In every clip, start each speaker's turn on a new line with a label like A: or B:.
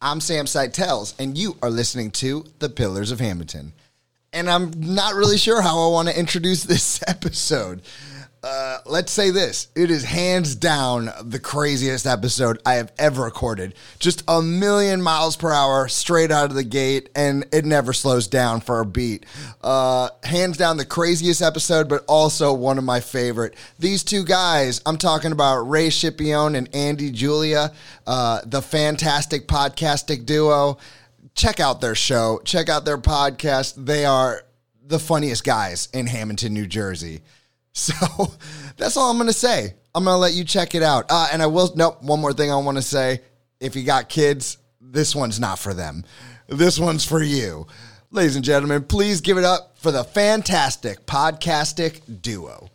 A: I'm Sam Seitels, and you are listening to The Pillars of Hamilton. And I'm not really sure how I want to introduce this episode. Uh, let's say this it is hands down the craziest episode I have ever recorded. Just a million miles per hour straight out of the gate, and it never slows down for a beat. Uh, hands down the craziest episode, but also one of my favorite. These two guys, I'm talking about Ray Scipione and Andy Julia, uh, the fantastic podcastic duo. Check out their show, check out their podcast. They are the funniest guys in Hamilton, New Jersey. So that's all I'm going to say. I'm going to let you check it out. Uh, and I will, nope, one more thing I want to say. If you got kids, this one's not for them. This one's for you. Ladies and gentlemen, please give it up for the fantastic podcastic duo.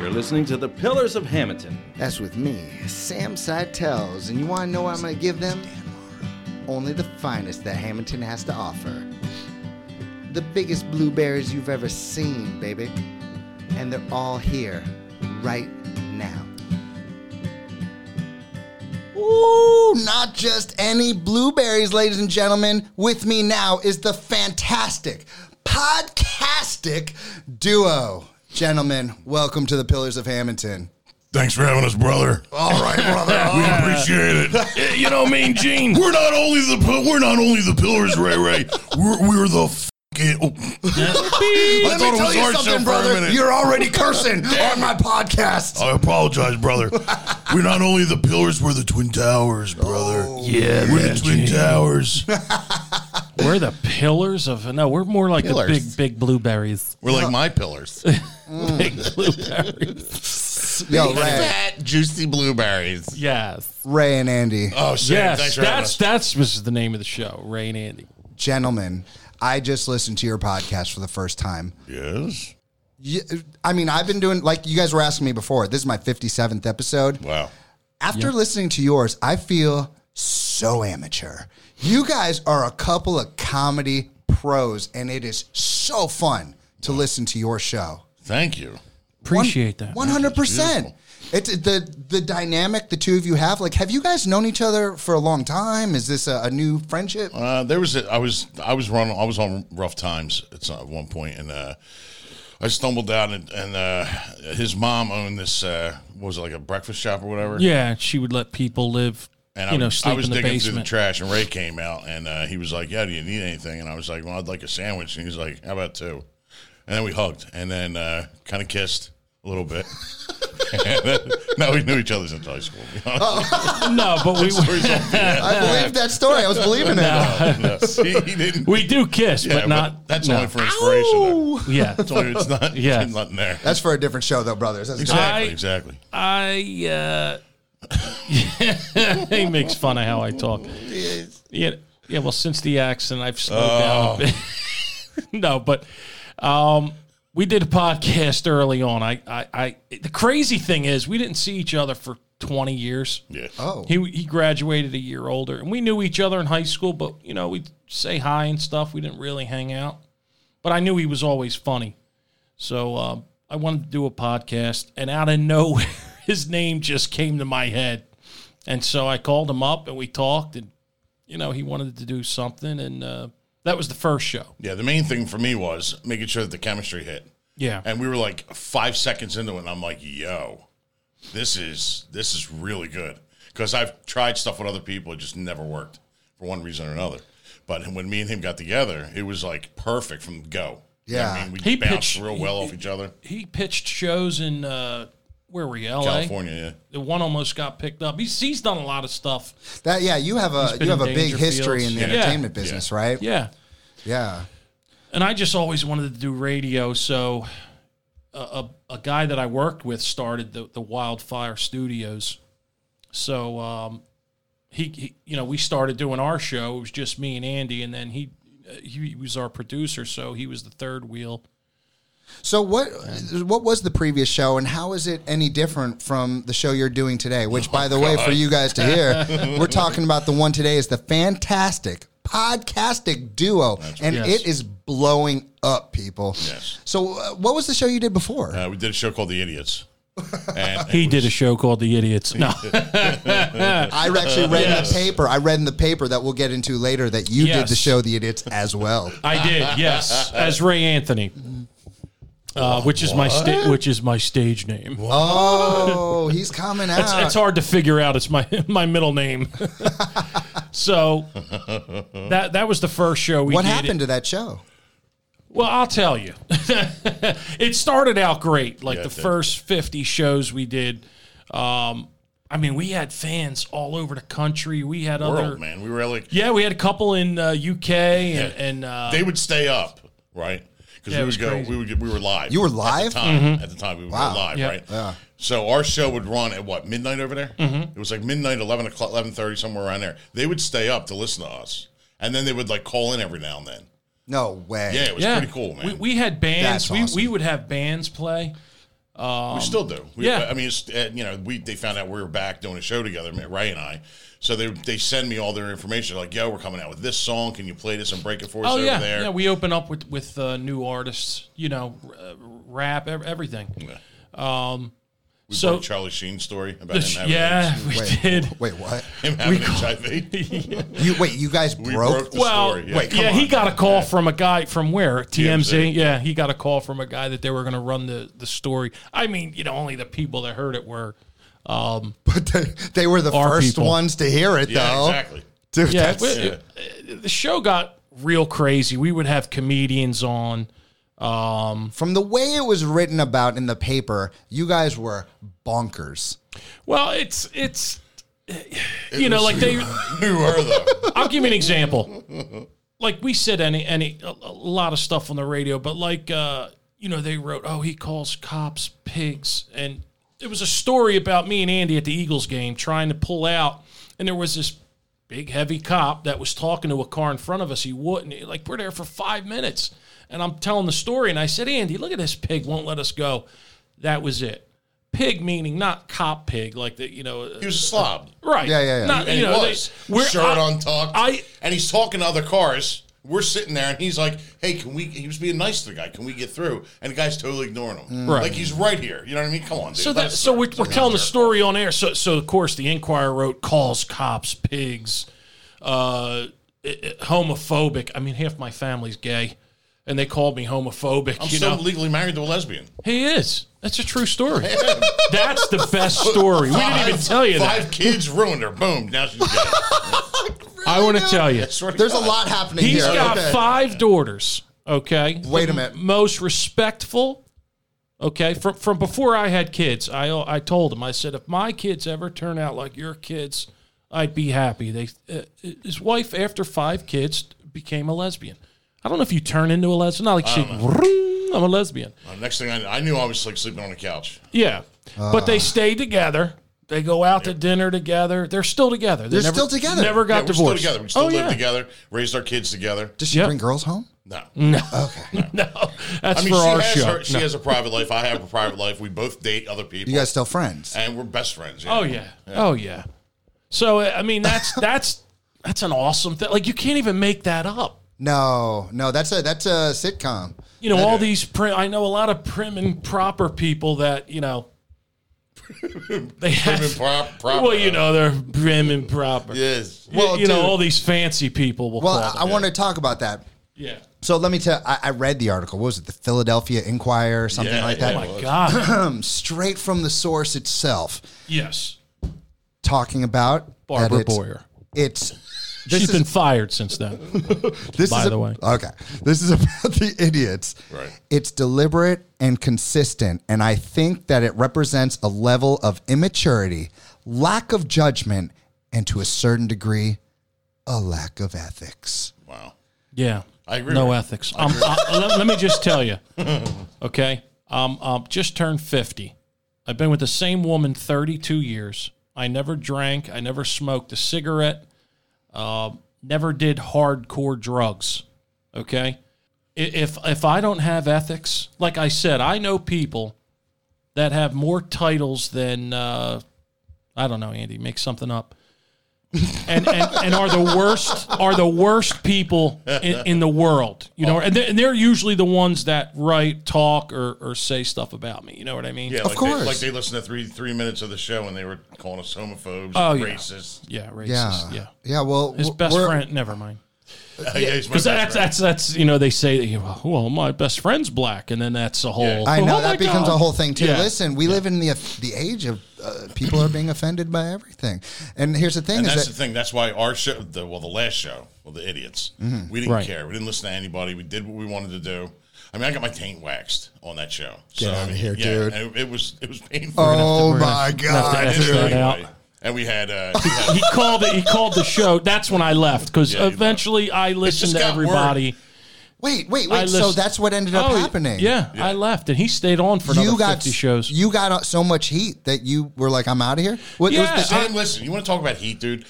B: You're listening to The Pillars of Hamilton.
A: That's with me, Sam Tells, and you want to know what I'm going to give them? Only the finest that Hamilton has to offer. The biggest blueberries you've ever seen, baby. And they're all here right now. Ooh, not just any blueberries, ladies and gentlemen. With me now is the fantastic, podcastic duo. Gentlemen, welcome to the Pillars of Hamilton.
C: Thanks for having us, brother.
A: All right, brother.
C: We appreciate it. Yeah, you know, Mean Gene, we're not only the pil- we're not only the pillars, Ray Ray. We're we're the. Fucking, oh. I
A: Let me tell you something, brother. You're already cursing on my podcast.
C: I apologize, brother. We're not only the pillars, we're the twin towers, brother.
A: Oh,
B: Yeah,
C: we're the twin towers.
D: We're the pillars of no. We're more like
E: Pillars.
D: the big, big blueberries.
E: We're like my pillars.
D: Big blueberries.
A: Oh, Yo, Ray,
E: Fat, juicy blueberries.
D: yes,
A: Ray and Andy,
C: Oh, Sam,
D: yes.
C: thanks for
D: That's
C: having us.
D: that's was the name of the show. Ray and Andy.
A: gentlemen, I just listened to your podcast for the first time.
C: Yes.
A: You- I mean, I've been doing like you guys were asking me before. This is my 57th episode.
C: Wow.
A: After listening to yours, I feel so amateur. You guys are a couple of comedy pros, and it is so fun to listen to your show.
C: Thank you.
D: Appreciate that.
A: One hundred percent. It's the the dynamic the two of you have. Like, have you guys known each other for a long time? Is this a, a new friendship?
C: Uh, there was a, I was I was run I was on rough times at some, at one point, and uh, I stumbled down and, and uh, his mom owned this uh, what was it like a breakfast shop or whatever.
D: Yeah, she would let people live.
C: And
D: you
C: I,
D: know,
C: was-
D: sleep
C: I was
D: in the
C: digging through the
D: basement.
C: trash, and Ray came out, and uh, he was like, "Yeah, do you need anything?" And I was like, "Well, I'd like a sandwich." And he's like, "How about two? And then we hugged, and then uh, kind of kissed a little bit. and then, no, we knew each other since high school. to be honest.
D: no, but we
C: Story's all BS.
A: I believed that story. I was believing it.
C: No, he, he didn't.
D: we do kiss,
C: Yeah,
D: but not.
C: that's
D: no.
C: only for inspiration. though.
D: yeah.
C: It's only it's not.
D: Yeah.
C: it's nothing there.
A: That's for a different show, though, brothers. That's
C: Exactly,
D: I-
C: exactly.
D: I uh he makes fun of how I talk. Yeah, yeah. Well, since the accident, I've slowed down. A bit. no, but um, we did a podcast early on. I, I, I, the crazy thing is, we didn't see each other for twenty years.
C: Yeah.
A: oh,
D: He he graduated a year older, and we knew each other in high school. But you know, we'd say hi and stuff. We didn't really hang out, but I knew he was always funny. So um, I wanted to do a podcast, and out of nowhere, his name just came to my head, and so I called him up and we talked, and you know, he wanted to do something, and uh, that was the first show.
C: Yeah, the main thing for me was making sure that the chemistry hit.
D: Yeah,
C: And we were like five seconds into it, and I'm like, yo, this is this is really good. Because I've tried stuff with other people, it just never worked for one reason or another. But when me and him got together, it was like perfect from the go. You know what
A: Yeah.
C: I mean, we
D: He
C: bounced
D: pitched-
C: real well off each other.
D: he pitched shows in uh, where were you, L.A.
C: California, yeah.
D: The one almost got picked up. He's he's done a lot of stuff.
A: that yeah. You have a
D: been
A: you have a
D: in
A: big history in the
D: Dangerfields. Yeah.
A: entertainment business, right?
D: Yeah.
A: Yeah.
D: and I just always wanted to do radio. So, a, a, a guy that I worked with started the, the Wildfire Studios. So, um, he, he, you know, we started doing our show. It was just me and Andy, and then he, uh, he was our producer. So he was the third wheel.
A: So what what was the previous show, and how is it any different from the show you're doing today? Which, by the way, for you guys to hear, we're talking about the one today is the fantastic podcastic duo, and
D: right.
A: it is blowing up, people.
C: Yes.
A: So uh, what was the show you did before?
C: Uh, we did a show called The Idiots. And
D: He did a show called The Idiots. No,
A: I actually read
D: Yes.
A: in the paper. I read in the paper that we'll get into later that you did
D: Yes.
A: the show The Idiots as well.
D: I did. Yes, as Ray Anthony, uh, which is my sta- which is my stage name.
A: Oh, he's coming out.
D: It's, it's hard to figure out. It's my my middle name. so that that was the first show we.
A: what
D: did.
A: happened to that show?
D: Well, I'll tell you. it started out great. Like
C: Yeah,
D: the
C: it did.
D: first 50 shows we did. Um, I mean, we had fans all over the country. We had other.
C: world, man. We were like,
D: Yeah, we had a couple in uh, UK and. and uh,
C: they would stay up, right? Because
D: Yeah, it
C: we
D: was
C: would go,
D: crazy. Mm-hmm.
C: we would get, we were live.
A: You were
C: at
A: live?
C: the time. At the time, we would
A: Wow.
C: go live,
D: Yeah.
C: right? So our show would run at what midnight over there.
D: Mm-hmm.
C: It was like midnight, eleven o'clock, eleven thirty, somewhere around there. They would stay up to listen to us, and then they would like call in every now and then.
A: No way.
C: Yeah, it was
D: yeah,
C: pretty cool, man.
D: We,
C: We,
D: we had bands.
A: That's
D: We, we
A: awesome.
D: would have bands play.
C: still do. We,
D: yeah.
C: I mean, it's, uh, you know, we they found out we were back doing a show together, man, Ray and I. So they they send me all their information, like, yo, we're coming out with this song. Can you play this and break it for us
D: Oh
C: over
D: yeah,
C: there?
D: yeah. We open up with with uh, new artists. You know, r- uh, rap, ev- everything. Um,
C: we
D: so-
C: broke Charlie Sheen's story about him having
D: yeah, we
A: Wait,
D: did.
A: wait, what?
C: him having HIV.
A: You wait, you guys
C: We
A: broke?
C: broke the
D: well,
C: story. Yeah,
A: Wait,
C: come
D: yeah, he
C: on.
D: got a call from a guy from where TMZ.
C: TMZ.
D: Yeah, he got a call from a guy that they were going to run the the story. I mean, you know, only the people that heard it were. Um,
A: but they, they were the
D: Our
A: first
D: people.
A: ones to hear it,
C: Yeah,
A: though.
C: exactly.
A: Dude,
D: yeah,
A: that's-
D: we- uh, the show got real crazy. We would have comedians on. Um,
A: from the way it was written about in the paper, you guys were bonkers.
D: well, it's it's you know, like they
C: Who are though?
D: I'll give you an example. Like we said, any any a, a lot of stuff on the radio, but like uh, you know, they wrote, "Oh, he calls cops pigs," and it was a story about me and Andy at the Eagles game trying to pull out, and there was this big heavy cop that was talking to a car in front of us. He wouldn't like we're there for five minutes, and I'm telling the story, and I said, "Andy, look at this pig won't let us go." That was it. Pig meaning not cop pig, like the you know,
C: He was a slob.
D: right?
A: Yeah, yeah, yeah.
D: Not,
C: And
D: you know,
C: he
D: they-
C: was.
D: we're-
C: Shirt
D: I-
C: untucked.
D: I-
C: and he's talking to other cars. We're sitting there and he's like, hey, can we? He was being nice to the guy. Can we get through? And the guy's totally ignoring him.
D: Mm. Right.
C: Like he's right here. You know what I mean? Come on, dude.
D: So
C: Let
D: that
C: us
D: so
C: through.
D: we're, we're
C: He's a
D: telling the
C: jerk.
D: story on air. So so of course the Enquirer wrote calls cops pigs, uh, i- i- homophobic. I mean half my family's gay, and they called me homophobic.
C: I'm
D: you
C: still
D: know
C: legally married to a lesbian.
D: he is. That's a true story. That's the best story. We didn't even tell you
C: Five
D: that.
C: kids ruined her. Boom. Now she's dead.
D: I want to tell you.
A: There's a lot happening
D: He's
A: here.
D: got
A: Okay.
D: five daughters. Okay.
A: Wait a
D: The
A: minute.
D: m- Most respectful. Okay. From from before I had kids, I I told him I said if my kids ever turn out like your kids, I'd be happy. They uh, his wife after five kids became a lesbian. I don't know if you turn into a lesbian. Not like she. "Vroom, I'm a lesbian.
C: Uh, next thing I knew, I knew I was like sleeping on the couch.
D: Yeah. but
A: Ah.
D: they stayed together. They go out to dinner together. They're still together. They
A: They're still together.
D: Never
C: Yeah,
D: got
C: we're
D: divorced.
C: still together. We still
D: oh,
C: live
D: yeah.
C: together. Raised our kids together.
A: Does she
D: Yep.
A: bring girls home?
C: No.
D: Mm. No, that's
C: I mean,
D: for
C: she,
D: our
C: has
D: show.
C: her- she has a private life. I have a private life. We both date other people.
A: You guys still friends?
C: and we're best friends.
D: Oh yeah. Oh yeah. So uh, I mean that's that's that's an awesome thing. Like you can't even make that up.
A: No, no. That's a that's a sitcom.
D: You know all these prim, I know a lot of prim and proper people that you know they
C: Prim
D: have.
C: and prop- proper.
D: Well, you know they're prim and proper.
C: Yes.
D: You,
A: Well,
D: you know
A: dude.
D: all these fancy people will
A: Well,
D: call them.
A: I, I want to talk about that.
D: yeah.
A: So let me tell. I, I read the article. What was it? The Philadelphia Inquirer, or something
C: Yeah,
A: like
C: yeah,
A: that.
C: it
D: Oh My God.
A: Um, straight from the source itself,
D: yes.
A: talking about that
D: Barbara
A: it's-
D: Boyer.
A: It's this
D: She's
A: is,
D: been fired since then.
A: this
D: by
A: is a-
D: the way.
A: Okay, this is about the idiots.
C: Right.
A: It's deliberate and consistent, and I think that it represents a level of immaturity, lack of judgment, and to a certain degree, a lack of ethics.
C: Wow.
D: Yeah.
C: I agree
D: No
C: with you.
D: ethics. Um, I- let, let me just tell you. Okay. Um, um, just turned 50. I've been with the same woman 32 years. I never drank. I never smoked a cigarette. Um, never did hardcore drugs. Okay. I- If, if I don't have ethics, like I said, I know people that have more titles than, uh, I don't know, Andy, make something up and, and, and are the worst are the worst people in, in the world. You know, and they're, and they're usually the ones that write, talk, or, or say stuff about me. You know what I mean?
C: Yeah,
A: Of
C: like
A: course.
C: They, like they listened to three three minutes of the show and they were calling us homophobes,
D: Oh, yeah.
C: racists.
D: Yeah,
A: Yeah.
D: racist. Yeah.
A: Yeah. Well,
D: His
A: w-
D: best
A: we're-
D: friend. Never mind.
C: Yeah, he's my
D: Because
C: best
D: that's,
C: friend.
D: that's that's you know they say that, you know, well my best friend's black and then that's a whole
A: I
D: oh
A: know
D: my
A: that becomes
D: God.
A: a whole thing too.
D: Yeah.
A: Listen, we live in the the age of uh, people are being offended by everything, and here's the thing:
C: And
A: is
C: that's
A: that
C: the thing. That's why our show, the, well, the last show, well, the idiots, we didn't
D: Right.
C: care. We didn't listen to anybody. We did what we wanted to do. I mean, I got my taint waxed on that show.
A: Get
C: I
A: outta
C: mean,
A: here, dude.
C: and It, it was it was painful.
A: oh
D: We're gonna-
A: my
D: we're gonna have to
A: god,
D: edit
A: dude.
D: that out.
C: And we had uh, we had-
D: he called it. He called the show. That's when I left because
C: Yeah, you left.
D: eventually I
C: just
D: listened to
C: got
D: everybody.
A: Wait, wait,
D: I
A: wait. So
D: listen-
A: that's what ended up
D: Oh,
A: happening.
D: Yeah, I left, and he stayed on for another
A: You got
D: fifty shows.
A: You got uh, so much heat that you were like, "I'm out of here." What, it was
D: Yeah.
A: the-
C: Sam, listen, you want to talk about heat, dude?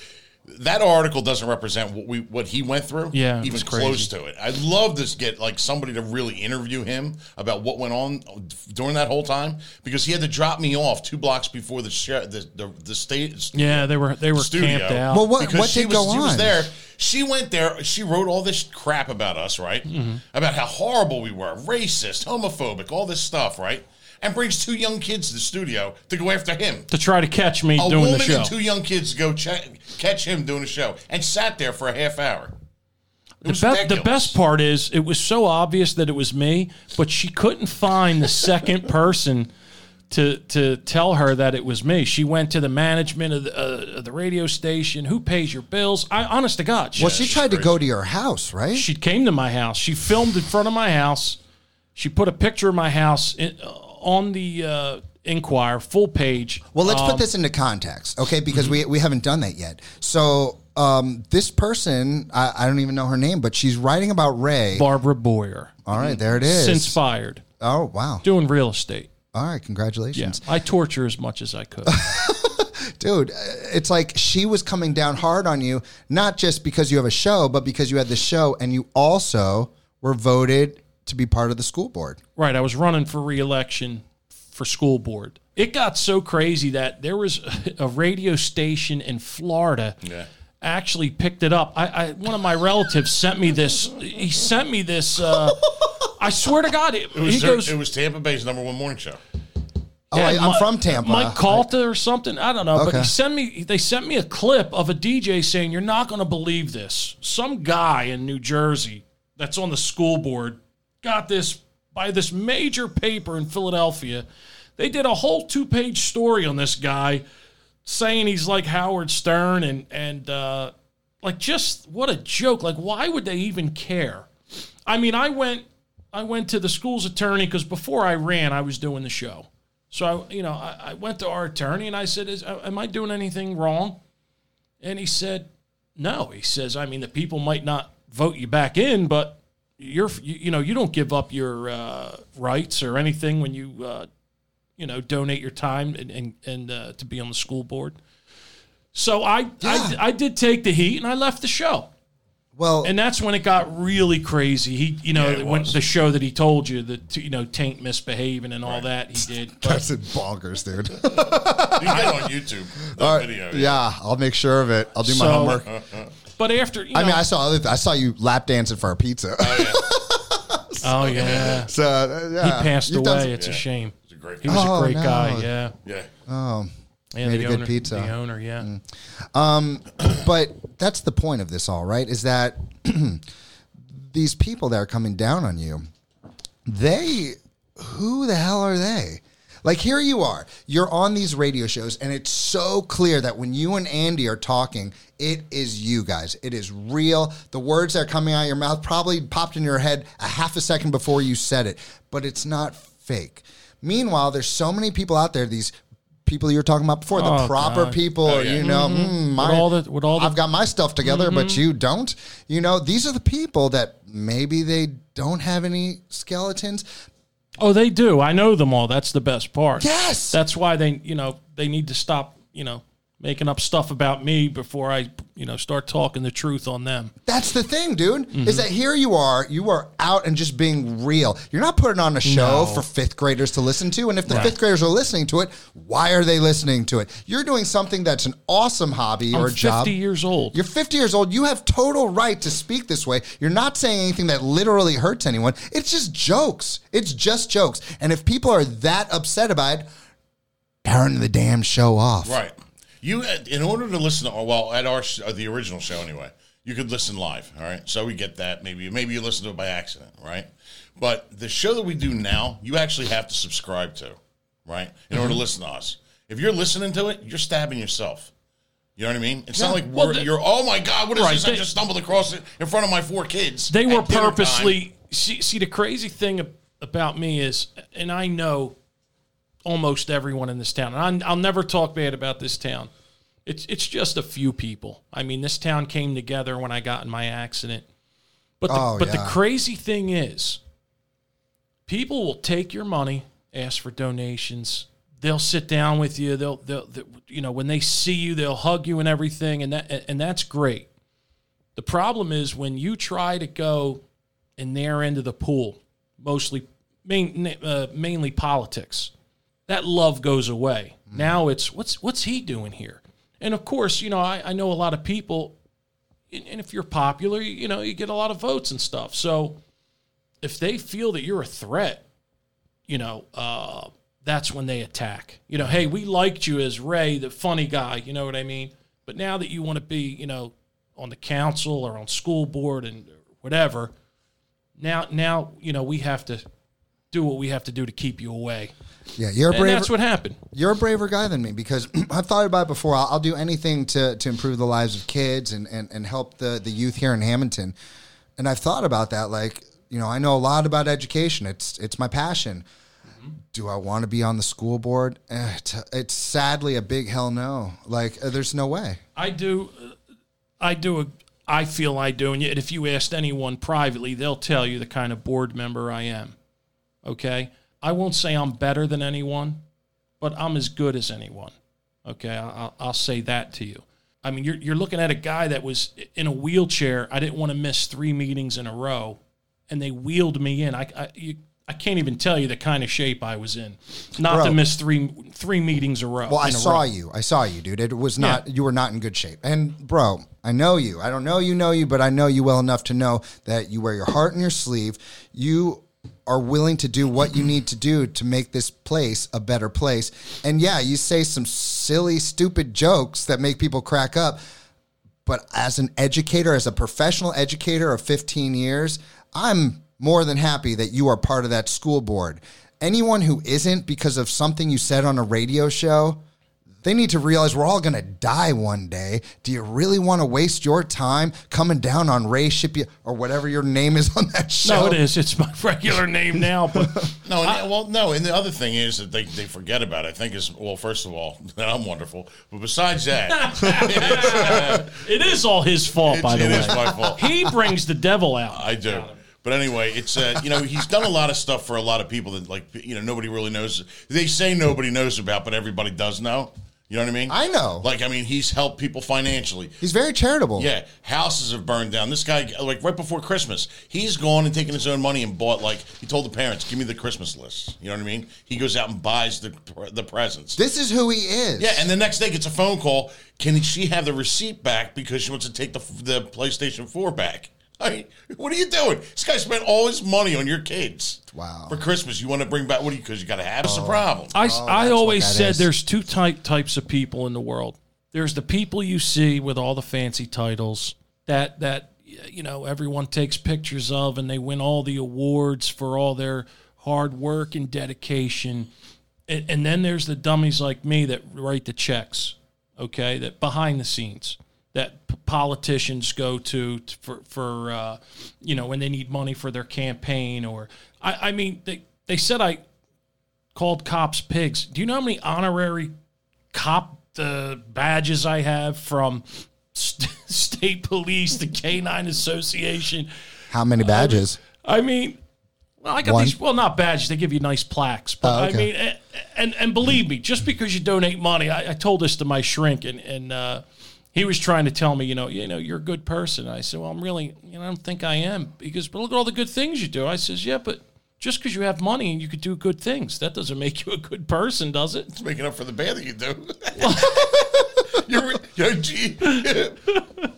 C: That article doesn't represent what we what he went through.
D: Yeah, it
C: even
D: was
C: close to it. I'd love to get like somebody to really interview him about what went on during that whole time because he had to drop me off two blocks before the show, the the, the state
D: yeah, they were they were
C: studio.
D: camped out.
A: Well, what-
C: because she
A: did
C: was,
A: go
C: She was
A: on?
C: there. She went there. She wrote all this crap about us, right?
D: Mm-hmm.
C: About how horrible we were, racist, homophobic, all this stuff, right? And brings two young kids to the studio to go after him
D: to try to catch me
C: a
D: doing
C: woman
D: the show.
C: and two young kids go check, catch him doing a show and sat there for a half hour. It
D: The,
C: was
D: be- the
C: ridiculous.
D: best part is it was so obvious that it was me, but she couldn't find the second person to to tell her that it was me. She went to the management of the, uh, of the radio station. Who pays your bills? I honest to God, she,
A: well, she tried to go to your house, right?
D: she came to my house. She filmed in front of my house. She put a picture of my house in, uh, on the uh, Inquirer full page.
A: Well, let's
D: um,
A: put this into context, okay?
D: mm-hmm.
A: Because we, we haven't done that yet. So um, this person, I, I don't even know her name, but she's writing about Ray.
D: Barbara Boyer
A: All right, there it is.
D: since fired
A: oh wow!
D: doing real estate.
A: All right,
D: Yeah,
A: congratulations,
D: I torture as much as I could.
A: dude. uh, It's like she was coming down hard on you, not just because you have a show, but because you had the show and you also were voted to be part of the school board.
D: Right, I was running for reelection for school board. It got so crazy that there was a radio station in Florida actually picked it up. I, I one of my relatives sent me this. He sent me this. Uh, I swear to God,
C: It
D: it,
C: was,
D: he
C: their-
D: goes.
C: it was Tampa Bay's number one morning show.
A: Oh, I, I'm
D: Mi-
A: from Tampa.
D: Mike Calta or something. I don't know, but
A: Okay.
D: he sent me. They sent me a clip of a DJ saying, "You're not going to believe this. Some guy in New Jersey that's on the school board got this by this major paper in Philadelphia. They did a whole two page story on this guy, saying he's like Howard Stern and and uh, like just what a joke. Like why would they even care? I mean, I went. I went to the school's attorney because before I ran, I was doing the show. So I, you know, I, I went to our attorney and I said, Is, uh, "Am I doing anything wrong?" And he said, "No." He says, "I mean, the people might not vote you back in, but you're, you, you know, you don't give up your uh, rights or anything when you, uh, you know, donate your time and and, and uh, to be on the school board." So I, I I did take the heat and I left the show.
A: well,
D: And that's when it got really crazy. He, you know, when the show that he told you that you know taint misbehaving and all that he did. But-
A: that's in bonkers, dude.
C: You can get it on YouTube. The
A: All right,
C: video.
A: yeah, I'll make sure of it. I'll do my
D: So-
A: homework.
D: But after, you
A: I
D: know,
A: mean, I saw other th- I saw you lap dancing for a pizza.
D: oh yeah,
A: so uh,
D: he
A: yeah.
D: passed
A: You've done
D: away.
A: some-
D: It's a shame.
C: It's a great
D: He was
A: Oh,
D: a great
A: no.
D: guy. Yeah,
C: Yeah.
D: yeah.
A: Made
D: the
A: a good
D: owner,
A: pizza. Mm.
D: The owner, yeah.
A: but that's the point of this all right is that these people that are coming down on you they who the hell are they like here you are you're on these radio shows and it's so clear that when you and andy are talking it is you guys it is real the words that are coming out of your mouth probably popped in your head a half a second before you said it but it's not fake meanwhile there's so many people out there these people you were talking about before the
D: Oh,
A: proper
D: God.
A: people
C: Oh, yeah.
A: you know mm, my,
D: all the- with all the-
A: I've got my stuff together, but you don't. You know, these are the people that maybe they don't have any skeletons.
D: Oh, they do. I know them all. That's the best part.
A: Yes!
D: That's why they, you know, they need to stop. You know, making up stuff about me before I, you know, start talking the truth on them.
A: That's the thing, dude. Is that here you are, you are out and just being real. You're not putting on a show for fifth graders to listen to. And if the fifth graders are listening to it, why are they listening to it? You're doing something that's an awesome hobby or
D: I'm
A: a
D: 50
A: job.
D: years old.
A: You're 50 years old. You have total right to speak this way. You're not saying anything that literally hurts anyone. It's just jokes. It's just jokes. And if people are that upset about it, turn the damn show off.
C: Right. You uh, in order to listen to well at our sh- uh, the original show anyway, you could listen live. All right, so we get that. Maybe maybe you listen to it by accident, right? But the show that we do now, you actually have to subscribe to, right? In
D: Mm-hmm.
C: order to listen to us. If you're listening to it, you're stabbing yourself. You know what I mean? It's not like
D: Well,
C: we're,
D: the-
C: you're. Oh my God! What is
D: Right,
C: this? I
D: they-
C: just stumbled across it in front of my four kids.
D: They
C: at
D: were
C: dinner time."
D: purposely. See, see, the crazy thing ab- about me is, and I know almost everyone in this town, and I'm, I'll never talk bad about this town. It's it's just a few people. I mean, this town came together when I got in my accident. But the,
A: Oh,
D: but the
A: yeah.
D: crazy thing is, people will take your money, ask for donations. They'll sit down with you. They'll, they'll, they'll you know, when they see you, they'll hug you and everything, and that and that's great. The problem is when you try to go in their end of the pool, mostly main, uh, mainly politics. That love goes away. Now it's what's what's he doing here? And of course, you know I, I know a lot of people, and and if you're popular, you you know you get a lot of votes and stuff. So if they feel that you're a threat, you know uh, that's when they attack. You know, hey, we liked you as Ray, the funny guy. You know what I mean? But now that you want to be, you know, on the council or on school board and whatever, now now you know we have to do what we have to do to keep you away
A: Yeah, you're a
D: and
A: braver,
D: that's what happened
A: you're a braver guy than me because I've thought about it before. I'll, I'll do anything to, to improve the lives of kids and, and, and help the, the youth here in Hamilton. And I've thought about that. Like, you know, I know a lot about education. It's it's my passion. Do I want to be on the school board? Eh, t- It's sadly a big hell no. Like, uh, there's no way.
D: i do uh, i do a, i feel i do and yet if you asked anyone privately they'll tell you the kind of board member i am okay i won't say i'm better than anyone but i'm as good as anyone okay I- i'll, I'll say that to you i mean you're, you're looking at a guy that was in a wheelchair i didn't want to miss three meetings in a row and they wheeled me in i, I you, I can't even tell you the kind of shape I was in, not to
A: Bro.
D: miss three three meetings a row.
A: Well, I
D: in a
A: saw
D: row.
A: you. I saw you, dude. It was not you were not in good shape. And bro, I know you. I don't know you know you, but I know you well enough to know that you wear your heart in your sleeve. You are willing to do what you need to do to make this place a better place. And yeah, you say some silly, stupid jokes that make people crack up. But as an educator, as a professional educator of 15 years, I'm more than happy that you are part of that school board. Anyone who isn't because of something you said on a radio show, they need to realize we're all going to die one day. Do you really want to waste your time coming down on Ray Shippy or whatever your name is on that show?
D: No, it is. It's my regular name now, but
C: No, and, well, no, and the other thing is that they, they forget about. It, I think is well, first of all, that I'm wonderful, but besides that,
D: it is all his fault, by the
C: it is
D: way.
C: my fault.
D: He brings the devil out.
C: I do. But anyway, it's uh, you know he's done a lot of stuff for a lot of people that like you know nobody really knows. They say nobody knows about, but everybody does know. You know what I mean?
A: I know.
C: Like I mean, he's helped people financially.
A: He's very charitable.
C: Yeah, houses have burned down. This guy, like right before Christmas, he's gone and taken his own money and bought. Like he told the parents, "Give me the Christmas list." You know what I mean? He goes out and buys the the presents.
A: This is who he is.
C: Yeah, and the next day gets a phone call. Can she have the receipt back because she wants to take the the PlayStation Four back? I mean, what are you doing? This guy spent all his money on your kids.
A: Wow. Oh.
C: For Christmas, you want to bring back what? Because you got to have. It's a problem.
D: I, I always
A: what that
D: said
A: is.
D: there's two type types of people in the world. There's the people you see with all the fancy titles that that you know everyone takes pictures of, and they win all the awards for all their hard work and dedication. And, and then there's the dummies like me that write the checks. Okay, that behind the scenes that p- politicians go to t- for for uh, you know when they need money for their campaign or I, I mean they they said I called cops pigs. Do you know how many honorary cop uh, badges I have from st- state police, the K9 Association?
A: How many badges?
D: I mean, Well, I got
A: One?
D: these. Well, not badges. They give you nice plaques. But
A: Oh, okay.
D: I mean, eh, and and believe me, just because you donate money, I, I told this to my shrink, and and uh, he was trying to tell me, you know, you know, you're a good person. I said, well, I'm really, you know, I don't think I am because, but look at all the good things you do. I says, yeah, but just because you have money and you could do good things, that doesn't make you a good person, does it?
E: Making up for the bad that you do. you're, you're G-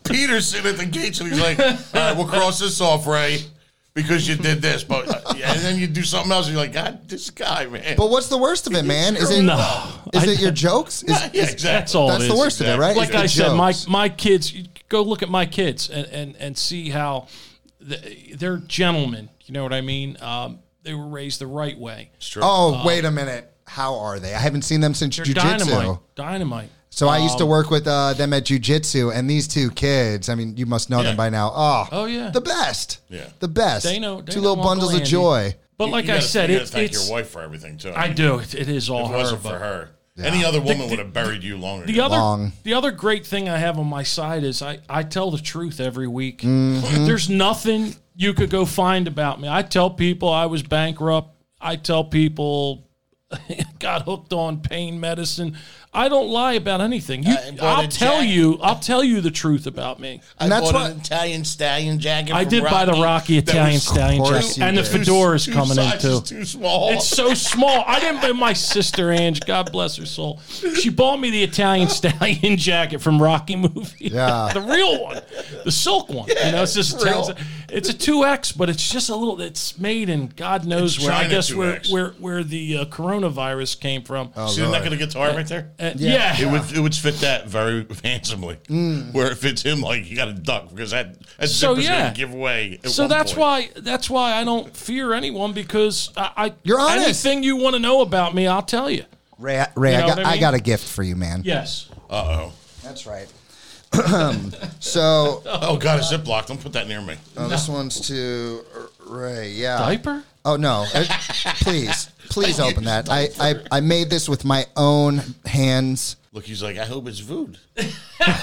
E: Peterson at the gates, and he's like, "All right, we'll cross this off, Ray, because you did this." But
C: uh,
E: and then you do something else, and you're like, "God, this guy, man."
A: But what's the worst of it, man? Is it
D: No.
A: is it your jokes? Is,
E: yeah, exactly.
D: That's all.
A: that's
D: it
A: the
D: is.
A: worst of it, right?
D: like
A: It's the
D: I said, my
A: jokes.
D: my kids. you Go look at my kids and and, and see how th- they're gentlemen. You know what I mean? Um, they were raised the right way.
A: Oh, wait a minute. How are they? I haven't seen them since
D: uh, They're
A: jujitsu.
D: dynamite. Um, Dynamite.
A: So I used to work with uh, them at jujitsu, and these two kids. I mean, you must know them
C: Yeah.
A: by now. Oh,
D: Oh, yeah.
A: the best.
C: Yeah.
A: the best.
D: They know- they
A: two
D: know
A: little bundles
D: Uncle
A: of
D: Andy.
A: joy.
D: But
C: You-
D: like
C: you
D: I
C: gotta-
D: said,
C: you gotta
D: it,
C: thank
D: it's.
C: your wife for everything too.
D: I do. It, it is all
C: If it
D: her.
C: wasn't
D: but-
C: for her, any other woman would have buried you longer.
D: The
C: ago.
D: other,
A: Long.
D: the other great thing I have on my side is I, I tell the truth every week. There's nothing you could go find about me. I tell people I was bankrupt. I tell people got hooked on pain medicine. I don't lie about anything. You,
E: I bought
D: I'll
E: a
D: tell
E: jacket.
D: you. I'll tell you the truth about me.
E: I
A: And that's
E: bought
A: why-
E: an Italian stallion jacket.
D: I
E: from
D: did buy the Rocky
E: That
D: Italian
E: was
D: Stallion
A: course
D: jacket,
A: you
D: and the
A: did.
E: two-
D: fedora is
E: two
D: coming in
E: sizes
D: too.
E: Too small.
D: It's so small. I didn't. but My sister Ange, God bless her soul, she bought me the Italian stallion jacket from Rocky movie.
A: Yeah.
D: the real one, the silk one. you know, it's just
E: real.
D: it's a two X, but it's just a little. It's made in God knows where. I
C: China
D: guess where
C: 2X.
D: where where the uh, coronavirus came from.
C: See the neck of the guitar right there.
D: Uh, yeah.
C: Oh,
D: Mm.
C: It would it would fit that very handsomely. Where it fits him like you got to duck because that that
D: So,
C: zipper's
D: yeah.
C: gonna give way. at
D: So
C: one
D: that's
C: point.
D: why that's why I don't fear anyone because I, I
A: You're honest.
D: Anything you want to know about me, I'll tell you.
A: Ray, Ray,
D: You
A: I
D: know
A: got
D: what I
A: I
D: mean?
A: got a gift for you, man.
D: Yes.
C: Uh oh.
A: That's right. so
C: Oh god, a ziploc. Don't put that near me.
A: oh, this one's to Ray. Yeah.
D: Diaper.
A: Oh no! Uh, please, please open that. I, I I made this with my own hands.
C: Look, he's like, I hope it's food.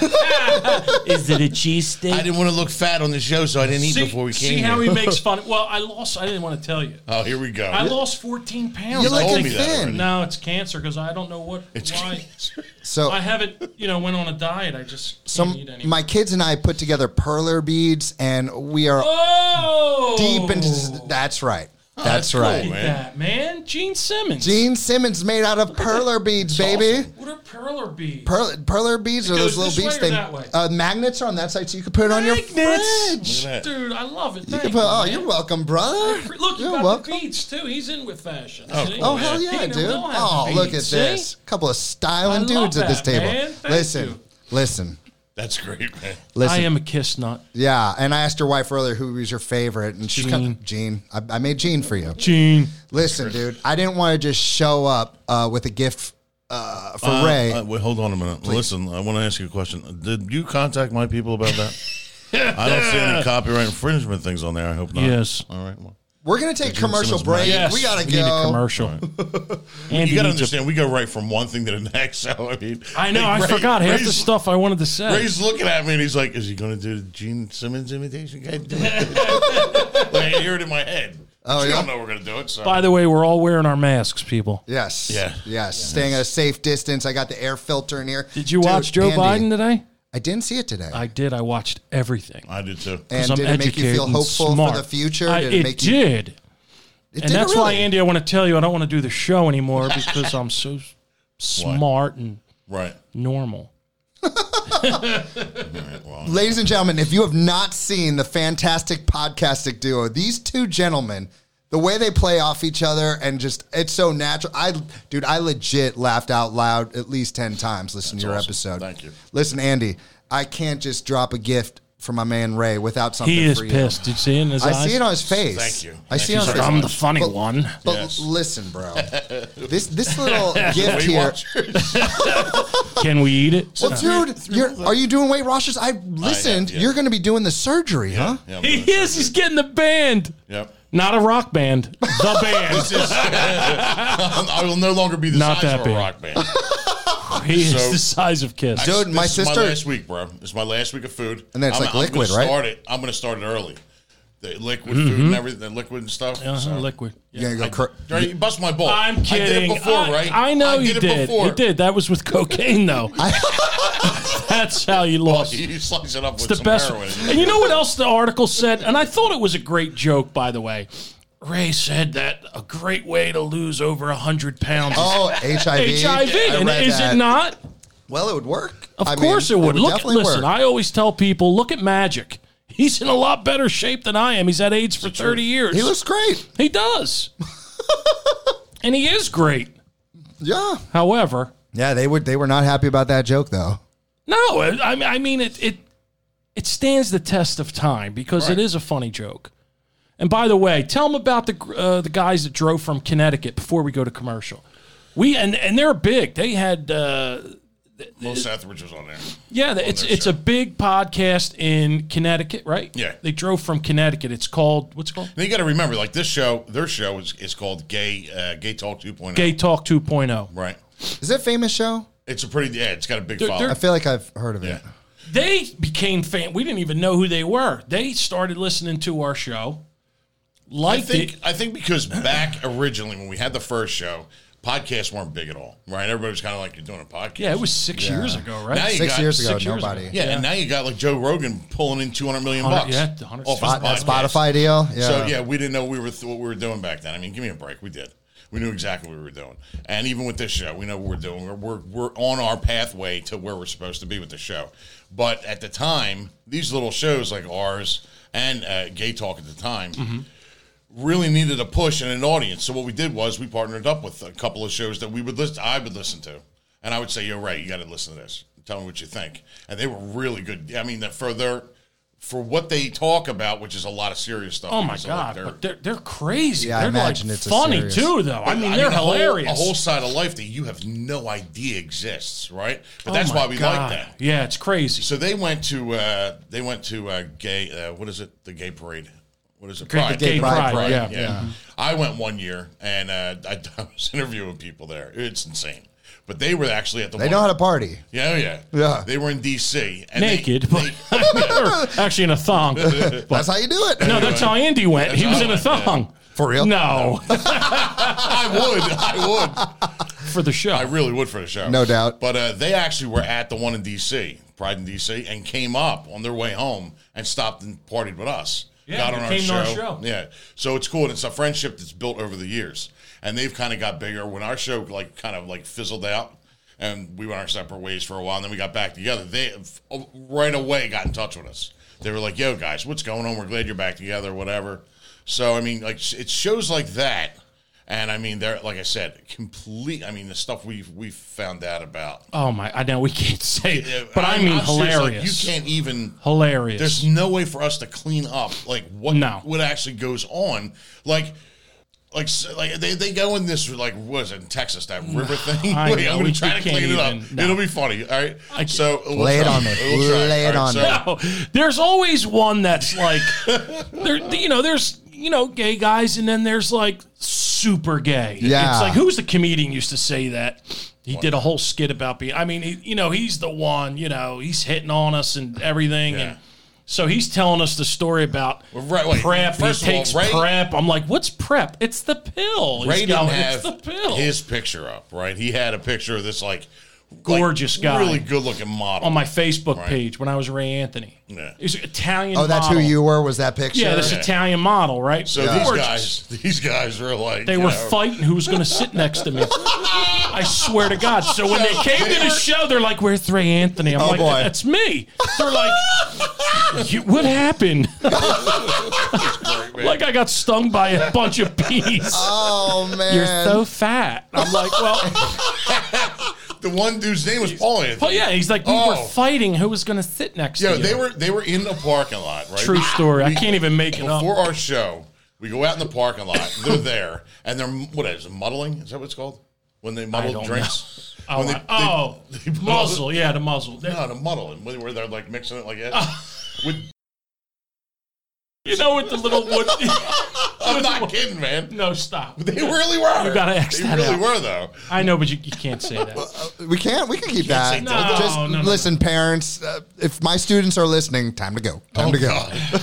D: Is it a cheese
E: I didn't want to look fat on the show, so I didn't eat
D: see,
E: before we came.
D: see how
E: here.
D: he makes fun. Well, I lost. I didn't want to tell you.
C: Oh, here we go.
D: I lost 14 pounds.
A: You're
D: I
A: like
C: told
A: a
C: me that
A: thin.
C: already.
D: no, it's cancer because I don't know what. why
A: So
D: I haven't, you know, went on a diet. I just can't
A: So
D: eat any.
A: my kids and I put together perler beads, and we are
D: oh,
A: deep into. That's right. That's,
C: cool,
A: right.
C: man.
D: that man, Gene Simmons.
A: Gene Simmons made out of perler beads, baby.
D: what are perler beads?
A: Perler, perler beads are
D: goes
A: those little
D: this way
A: beads. They
D: or that way?
A: uh, magnets are on that side, so you can put it on your fridge.
D: Magnets.
C: Look at that.
D: dude. I love it.
A: You
D: Thank
A: can
D: you,
A: put, oh,
D: man.
A: you're welcome, brother.
D: Look, you
A: you're
D: got
A: welcome.
D: the beads too. He's in with fashion.
C: Oh,
D: see?
C: cool.
A: Oh hell yeah,
D: He
A: dude!
D: knew we'll have
A: Oh look at
D: beads, see?
A: this, couple of styling
D: I
A: dudes
D: love
A: at this
D: that,
A: table.
D: man. Thank
A: Listen,
D: you.
A: listen,
C: That's great, man.
A: listen.
D: I am a kiss nut.
A: yeah, and I asked your wife earlier who was your favorite, and she's kind
D: Gene.
A: of Gene. I, I made Gene for you.
D: Gene.
A: Listen, dude, I didn't want to just show up uh, with a gift uh, for Ray.
C: Uh, wait, hold on a minute. Listen, I want to ask you a question. Did you contact my people about that? I don't see any copyright infringement things on there. I hope not.
D: Yes.
C: All right. Well,
A: We're gonna take
C: you
A: commercial
C: send us
A: break.
D: Yes.
A: We gotta
D: Need a
A: go.
D: commercial.
C: you got to understand, we go right from one thing to the next. So, I mean,
D: I know.
C: like,
D: I
C: Ray-
D: forgot half the
C: Ray's-
D: stuff I wanted to say.
C: Ray's looking at me and he's like, "Is he going to do the Gene Simmons imitation?" Guy, do it. like I hear it in my head.
A: Oh,
C: She
A: yeah?
C: don't know we're going to do it. So
D: By the way, we're all wearing our masks, people.
A: Yes.
C: Yeah.
A: Yes. Staying at a safe distance. I got the air filter in here.
D: Did you
A: Dude,
D: watch Joe
A: Andy,
D: Biden today?
A: I didn't see it today.
D: I did. I watched everything.
C: I did too.
A: and
D: 'Cause I'm
A: did it make you
D: educated
A: feel
D: and
A: hopeful
D: smart.
A: for the future?
D: I-
A: did
D: it
A: make you?
D: did.
A: It
D: and
A: did
D: that's why,
A: really.
D: Andy, I want to tell you, I don't want to do the show anymore because I'm so s- smart and
C: Right.
D: normal.
A: Ladies and gentlemen, if you have not seen the fantastic podcastic duo, these two gentlemen, the way they play off each other and just it's so natural. I dude, I legit laughed out loud at least 10 times listening to your
C: awesome.
A: episode.
C: Thank you.
A: Listen, Andy, I can't just drop a gift for my man Ray without something
D: He is
A: for you.
D: pissed. Did you see it in his
A: I
D: eyes?
A: see it on his face.
C: Thank you.
A: I
C: Thank
A: see
C: you
A: it on his
C: very
A: face.
D: I'm the funny
A: But-
D: one.
A: But
C: Yes.
A: listen, bro. this this little gift
C: Weight
A: here.
C: Watchers.
D: Can we eat it?
A: Well, dude, you're, are you doing weight rosters? I listened.
C: yeah.
A: You're going to be doing the surgery, huh?
C: Yeah, I'm
D: He
C: doing it.
D: is. He's getting the band.
C: Yep.
D: Not a rock band. The band.
C: I will no longer be the
D: Not
C: size of
D: that
C: a
D: big.
C: rock band.
D: He is
C: So-
D: the size of Kiss.
A: Dude, my
C: this is
A: sister-
C: my last week, bro. It's my last week of food,
A: And then it's
C: I'm,
A: like
C: I'm
A: liquid,
C: gonna
A: right?
C: Start it. I'm going to start it early. the liquid food and everything, the liquid and stuff.
D: Uh,
C: So-
D: Mm-hmm. liquid. Yeah.
A: You're gonna go. Cr-
C: Right, you bust my ball.
D: I'm kidding.
C: I did it before,
D: I-
C: right?
D: I know
C: I
D: you
C: did it
D: did.
C: before.
D: You did. That was with cocaine, though. That's how you lost.
C: You slice it up with
D: the
C: some
D: best.
C: heroin.
D: And you know what else the article said? And I thought it was a great joke, by the way. Ray said that a great way to lose over hundred pounds. is
A: oh, HIV.
D: HIV,
A: I
D: and
A: read
D: is
A: that.
D: it not?
A: Well, it would work.
D: Of course it would. look,
A: definitely
D: listen.
A: work.
D: I always tell people, look at Magic. He's in a lot better shape than I am. He's had AIDS for thirty years.
A: he looks great.
D: He does, and he is great.
A: Yeah.
D: However,
A: Yeah, they would. They were not happy about that joke though.
D: no, I, I mean- I mean it. It it stands the test of time because it is a funny joke. And by the way, tell them about the uh, the guys that drove from Connecticut before we go to commercial. We and and they're big. They had. Uh,
C: Los Etheridge was on there.
D: Yeah, it's it's a big podcast in Connecticut, right?
C: Yeah.
D: they drove from Connecticut. It's called what's it called
C: Now you got to remember, like this show, their show is, is called Gay uh, Gay Talk 2.0.
D: Gay Talk oh. 2.0.
C: Right.
A: Is it a famous show?
C: It's a pretty yeah. It's got a big
D: They're-
C: following.
A: I
D: they're-
A: feel like I've heard of
C: yeah.
A: it.
D: They became fan. We didn't even know who they were. They started listening to our show,
C: I
D: liked
C: think
D: it.
C: I think because back originally when we had the first show, podcasts weren't big at all. Right. Everybody was kind of like you're doing a podcast.
D: Yeah, it was six years ago, right?
C: Now you
A: Six
C: got-
A: years ago,
D: six years
A: nobody.
D: ago.
C: Yeah, and now you got like Joe Rogan pulling in 200 million bucks.
D: 100 yeah, the 100
C: off his
A: Spot- that
C: podcast.
A: Spotify deal. Yeah.
C: So yeah, we didn't know we were th- what we were doing back then. I mean, give me a break. We did. We knew exactly what we were doing, and even with this show, we know what we're doing. We're, we're we're on our pathway to where we're supposed to be with the show. But at the time, these little shows like ours and uh, Gay Talk at the time. Really needed a push and an audience. So what we did was we partnered up with a couple of shows that we would listen. I would listen to, and I would say, "Yo, Ray, you got to listen to this. Tell me what you think." And they were really good. I mean, that for their for what they talk about, which is a lot of serious stuff.
D: Oh my
C: So, like,
D: god,
C: they're-
D: but they're they're crazy.
A: Yeah, I
D: they're
A: imagine
D: like
A: it's a
D: funny
A: serious-
D: too, though. I mean, they're
C: a whole-
D: hilarious.
C: a whole side of life that you have no idea exists, right? But
D: Oh
C: that's
D: my
C: why we
D: God.
C: like that.
D: Yeah, it's crazy.
C: So they went to uh, they went to uh, gay uh, what is it? The gay parade. What is it?
D: Gay- the gay pride, yeah. Mm-hmm.
C: I went one year and uh, I, I was interviewing people there. It's insane. But they were actually at the
A: They
C: one,
A: know how to party.
C: yeah, oh, yeah,
A: Yeah.
C: They were in D.C. and they-
D: Naked,
C: they-
D: but or actually in a thong. No,
A: That's how you do it.
D: that's how Andy went. he
C: how
D: was
C: I
D: in a
C: went, yeah.
D: thong.
A: For real?
D: No,
C: I would, I would.
D: for the show.
C: I really would for the show.
A: No doubt.
C: But uh, they actually were at the one in D.C., Pride in D.C., and came up on their way home and stopped and partied with us.
D: Yeah, they came to our show.
C: Yeah. So it's cool. And it's a friendship that's built over the years. And they've kind of got bigger. When our show like kind of like fizzled out and we went our separate ways for a while and then we got back together, they f- right away got in touch with us. They were like, yo, guys, what's going on? We're glad you're back together, whatever. So, I mean, like, sh- it shows like that. And I mean, they're, like I said, complete. I mean, the stuff we've, we've found out about.
D: Oh my! I know we can't say, it, but I mean
C: I'm serious, like,
D: hilarious,
C: you can't even
D: hilarious.
C: there's no way for us to clean up like what
D: No.
C: what actually goes on like like s- like they, they go in this like what is it in Texas that river thing
D: I
C: Like,
D: know,
C: I'm gonna
D: we-
C: try
D: we
C: to clean
D: can't
C: it up
D: even- no.
C: it'll be funny all right
D: I can't-
C: so we'll
A: Lay it
C: try.
A: on me.
C: We'll try.
A: Lay it
C: All
A: on
C: so-
A: me.
D: No, there's always one that's like, there. You know, there's you know gay guys, and then there's like super gay.
A: Yeah.
D: it's like who's the comedian used to say that. He did a whole skit about being. I mean, he, you know, he's the one. You know, he's hitting on us and everything,
C: Yeah.
D: and so he's telling us the story about
C: Well, right, wait,
D: prep. He
C: first of all,
D: takes
C: Ray-
D: prep. I'm like, what's prep? It's the pill. He's
C: Ray didn't
D: going,
C: have
D: it's the pill.
C: his picture up right he had a picture of this like like,
D: Gorgeous guy.
C: really good looking model
D: on my Facebook
C: Right.
D: page when I was Ray Anthony.
C: Yeah.
D: He's an Italian.
A: Oh, that's who
D: model.
A: you were. Was that picture?
D: Yeah, this
C: Yeah.
D: Italian model, right?
C: so
D: Gorgeous.
C: these guys these guys were like
D: They
C: you
D: were
C: know,
D: fighting who was going to sit next to me. I swear to God. So when they came to the show, they're like, "Where's Ray Anthony?" I'm
C: Oh,
D: like,
A: boy.
D: "That's me." They're like, you, "What happened?" like I got stung by a bunch of bees.
A: Oh man.
D: You're so fat. I'm like, "Well,
C: the one dude's name was Paul Anthony
D: but yeah." He's like, "We were
C: Oh.
D: fighting who was going to sit next
C: Yeah,
D: to you."
C: they were they were in the parking lot, right?
D: True story. I
C: We-
D: can't even make it up.
C: Before our show, we go out in the parking lot. They're there, and they're what is it, muddling? Is that what it's called? When they muddle
D: don't
C: drinks.
D: Oh,
C: When they-
D: I- oh,
C: they- they-
D: muzzle. Yeah, the muzzle.
C: No, to muddle, and where they're like mixing it like that.
D: Oh.
C: With,
D: You know, with the little wood.
C: I'm not kidding, man.
D: no, stop.
C: They really were.
D: You gotta X
C: They
D: that
C: really
D: out.
C: were, though.
D: I know, but you, you can't say that.
A: we can't. We can keep that.
C: say dildo.
A: Just
D: No, no, no, no. Oh,
A: listen, parents. Uh, if my students are listening, time to go. Time to go.
C: Oh,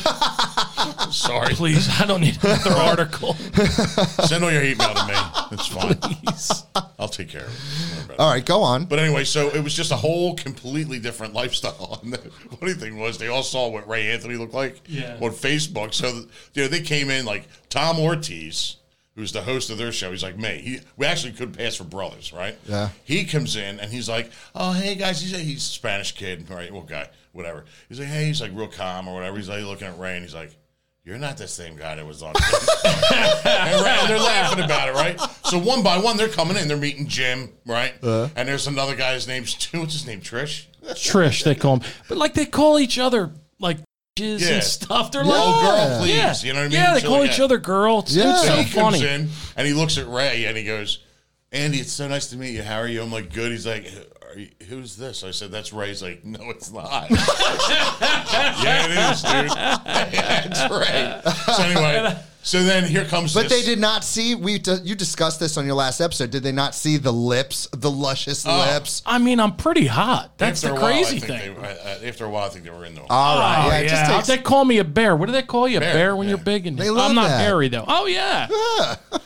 C: God. Sorry.
D: Please, I don't need another article.
C: Send all your email to me. It's fine. I'll take care of it. Don't worry about it.
A: All right, go on.
C: But anyway, so it was just a whole completely different lifestyle. And the funny thing was, they all saw what Ray Anthony looked like
D: Yeah.
C: on Facebook. So you know, they came in like Tom Ortiz, who's the host of their show. He's like, "Man, he, we actually could pass for brothers, right?"
A: Yeah.
C: He comes in and he's like, "Oh, hey guys," he's a, he's a Spanish kid, right? Well, guy, whatever. He's like, "Hey," he's like real calm or whatever. He's like looking at Ray and he's like. You're not the same guy that was on. and right, they're laughing about it, right? So one by one, they're coming in. They're meeting Jim, right? and there's another guy. His name's what's his name? Trish.
D: Trish, they call him. But like they call each other like jizz
C: Yeah.
D: and stuff. They're
C: Yeah.
D: like,
C: Oh, girl,
D: yeah.
C: please.
D: Yeah.
C: You know what I mean?
D: Yeah, they
C: So,
D: call
C: yeah.
D: each other girl. It's dude,
A: Yeah.
D: so
C: he
D: funny.
C: comes in and he looks at Ray and he goes, "Andy, it's so nice to meet you. How are you?" I'm like, "Good." He's like, Are you, "Who's this?" I said, "That's Ray." He's like, "No, it's not." yeah, it is, dude. That's Ray. So anyway, so then here comes.
A: But
C: this-
A: they did not see. We d- you discussed this on your last episode. Did they not see the lips, the luscious
D: Oh.
A: lips?
D: I mean, I'm pretty hot. That's
C: after
D: the
C: a while, I
D: crazy
C: think
D: thing.
C: They, uh, uh, after a while, I think they were in the.
A: All right,
D: Oh,
A: yeah,
D: yeah,
A: it just takes-
D: they call me a bear. What do they call you? A
C: Bear,
D: bear, when
C: yeah.
D: you're big and
A: They love
D: I'm not
A: that.
D: hairy though. Oh yeah.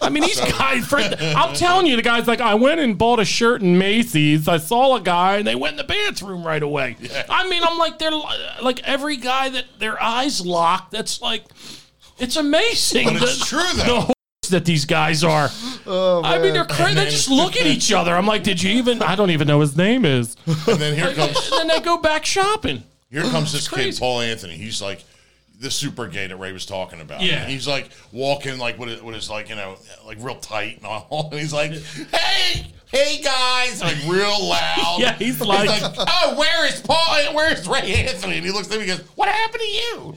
D: I mean these guys for, I'm telling you, the guy's like, I went and bought a shirt in Macy's. I saw a guy and they went in the bathroom right away. I mean, I'm like they're li- like every guy that their eyes lock, that's like it's amazing.
C: But it's
D: the-
C: true, though.
D: The whores that these guys are.
A: Oh,
D: I mean, they're crazy. They
C: then-
D: just look at each other. I'm like, did you even? I don't even know his name is.
C: and then here
D: and
C: comes
D: then they go back shopping.
C: Here comes this kid,
D: crazy.
C: Paul Anthony. He's like the super gay that Ray was talking about.
D: Yeah.
C: And he's like walking like what is, what is like, you know, like real tight and all. And he's like, hey, hey guys, like real loud.
D: Yeah, he's like-
C: oh, where is Paul? Where's Ray Anthony? And he looks at me and goes, what happened to you?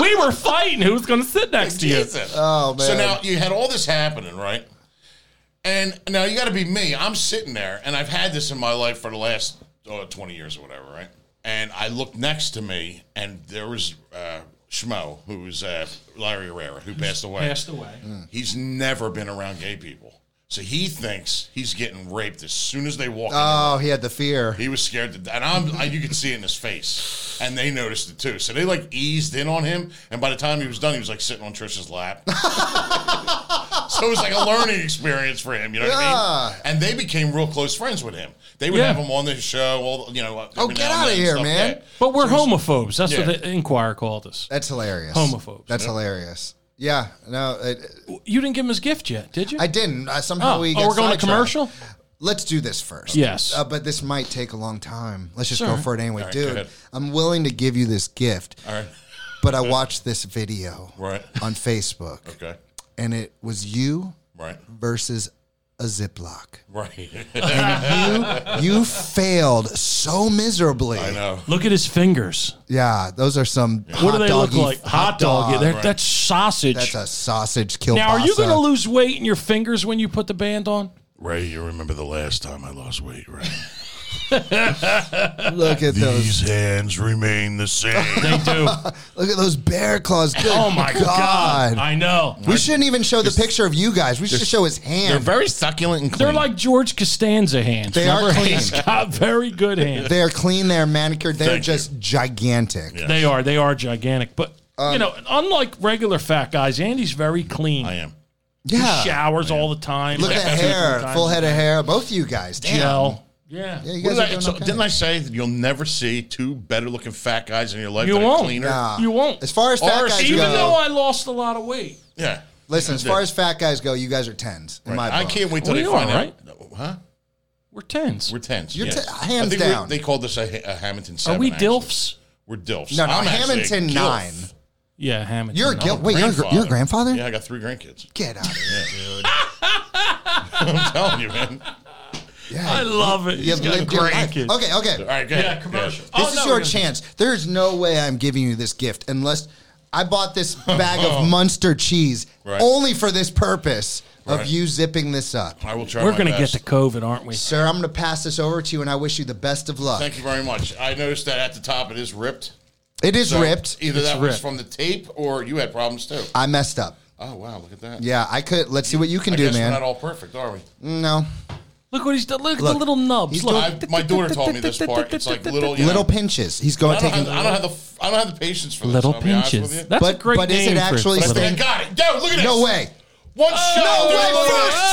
D: we were fighting who's going to sit next to you.
C: Jesus.
A: Oh,
C: So
A: man.
C: now you had all this happening, right? And now you got to be me. I'm sitting there, and I've had this in my life for the last uh, 20 years or whatever, right? And I looked next to me, and there was uh, Schmo, who was uh, Larry Herrera, who passed away.
D: Passed away.
A: Hmm.
C: He's never been around gay people. So he thinks he's getting raped as soon as they walk in the
A: Oh, he had the fear.
C: he was scared to die. And I'm, I, you could see it in his face. And they noticed it too. So they like eased in on him. And by the time he was done, he was like sitting on Trisha's lap. so it was like a learning experience for him. You know what I mean? And they became real close friends with him. They would
D: Yeah.
C: have him on the show. All, you know, every
A: Oh, get
C: now and
A: outta
C: then and
A: here,
C: stuff.
A: man.
C: Yeah.
D: But we're homophobes. That's
C: Yeah.
D: what the Inquirer called us.
A: That's hilarious.
D: Homophobes.
A: That's hilarious. Yeah. No, it,
D: You didn't give him his gift yet, did you?
A: I didn't. Uh, somehow
D: oh,
A: we. Got
D: oh, we're going to
A: sidetracked.
D: commercial?
A: Let's do this first.
D: Yes.
A: Uh, but this might take a long time. Let's just
D: Sure.
A: go for it anyway,
C: right, go
A: dude.
C: ahead.
A: I'm willing to give you this gift,
C: All right.
A: but I watched this video
C: Right.
A: on Facebook,
C: Okay.
A: and it was you
C: Right.
A: versus a Ziploc.
C: Right.
A: You failed so miserably.
C: I know.
D: Look at his fingers.
A: Yeah, those are some.
D: What do they look
A: doggy-
D: like? Hot dog. Yeah, they're-
C: right.
D: That's sausage.
A: That's a sausage kielbasa.
D: now, are you going to lose weight in your fingers when you put the band on?
C: Ray, you remember the last time I lost weight, right?
A: look at those?
C: These hands remain the same.
D: They do.
A: Look at those bear claws. Good
D: oh, my God. I know.
A: We shouldn't even show the picture of you guys. We should show his hand.
E: very succulent and clean.
D: They're like George Costanza hands.
A: They are
D: Remember?
A: clean.
D: He's got very good hands.
A: They're clean. They're manicured. They're
C: Thank
A: just gigantic.
D: They are. They are gigantic. But,
A: Um,
D: you know, unlike regular fat guys, Andy's very clean.
C: I am.
A: Yeah.
D: showers all the time.
A: Look at that
D: Two
A: hair.
D: times
A: Full
D: a
A: head
D: day.
A: of hair. Both you guys. Damn.
D: Gel. Yeah.
A: Yeah, you guys
C: What did
A: are
C: I-
A: doing
C: so
A: okay.
C: Didn't I say that you'll never see two better looking fat guys in your life
D: You
C: that
D: won't.
C: are cleaner?
A: Nah.
D: You won't.
A: As far as fat
C: Or
A: guys
D: Even
A: go,
D: though I lost a lot of weight.
C: Yeah.
A: listen. As far as fat guys go, you guys are tens. In my
C: I
A: book.
C: can't wait till
D: We
C: they
D: are,
C: find
D: right?
C: out. No, Huh?
D: We're tens.
C: We're tens.
A: You're
C: yes.
A: ten- hands
C: I think we're-
A: down.
C: They called this a, ha- a Hamilton
D: Are
C: seven.
D: we
C: actually.
D: DILFs?
C: We're DILFs.
A: No, no.
C: I'm actually a
A: Hamilton
C: gilf.
A: nine.
D: Yeah, Hamilton.
A: You're a
D: no.
A: gil- wait. You're a, gr- you're a grandfather.
C: Yeah, I got three grandkids.
A: Get out of here.
C: I'm telling you, man.
D: I love it.
A: You
D: He's
A: have
D: got
A: lived your life.
D: grandkids.
A: Okay. Okay.
C: All right, go
D: Yeah,
C: ahead.
D: commercial.
C: Go ahead.
D: Oh,
A: This
D: no,
A: is
D: we're
A: your
D: gonna-
A: chance. There's no way I'm giving you this gift unless I bought this bag of Munster cheese
C: Oh. Right.
A: only for this purpose of
C: Right.
A: you zipping this up.
C: I will try.
D: We're
C: my
D: going to get
C: best.
D: the COVID, aren't we?
A: Sir, I'm going to pass this over to you and I wish you the best of luck.
C: Thank you very much. I noticed that at the top it is ripped.
A: It is
C: So
A: ripped.
C: Either that was
D: ripped.
C: from the tape or you had problems too.
A: I messed up.
C: Oh wow, look at that.
A: Yeah, I could. Let's see what you can
C: I
A: do,
C: guess we're not
A: man.
C: all perfect, are we?
A: No.
D: Look what he's done. Look, at
A: Look,
D: the little nubs.
A: he's
D: Look.
C: I, my daughter taught me this part. It's like little, you know,
A: Little pinches. He's going
C: I don't,
A: taking.
C: have, I don't have the, f- I don't have the patience for this.
D: little
C: I'll be honest with
D: pinches.
C: you.
D: That's a
A: But-
D: great
A: but is it
D: name for
A: actually
D: little-
C: But they
A: thing-
C: got it. Yo, look at this.
A: no way.
C: One
D: Oh,
C: shot.
A: No
C: dude,
A: way.
C: look at
A: First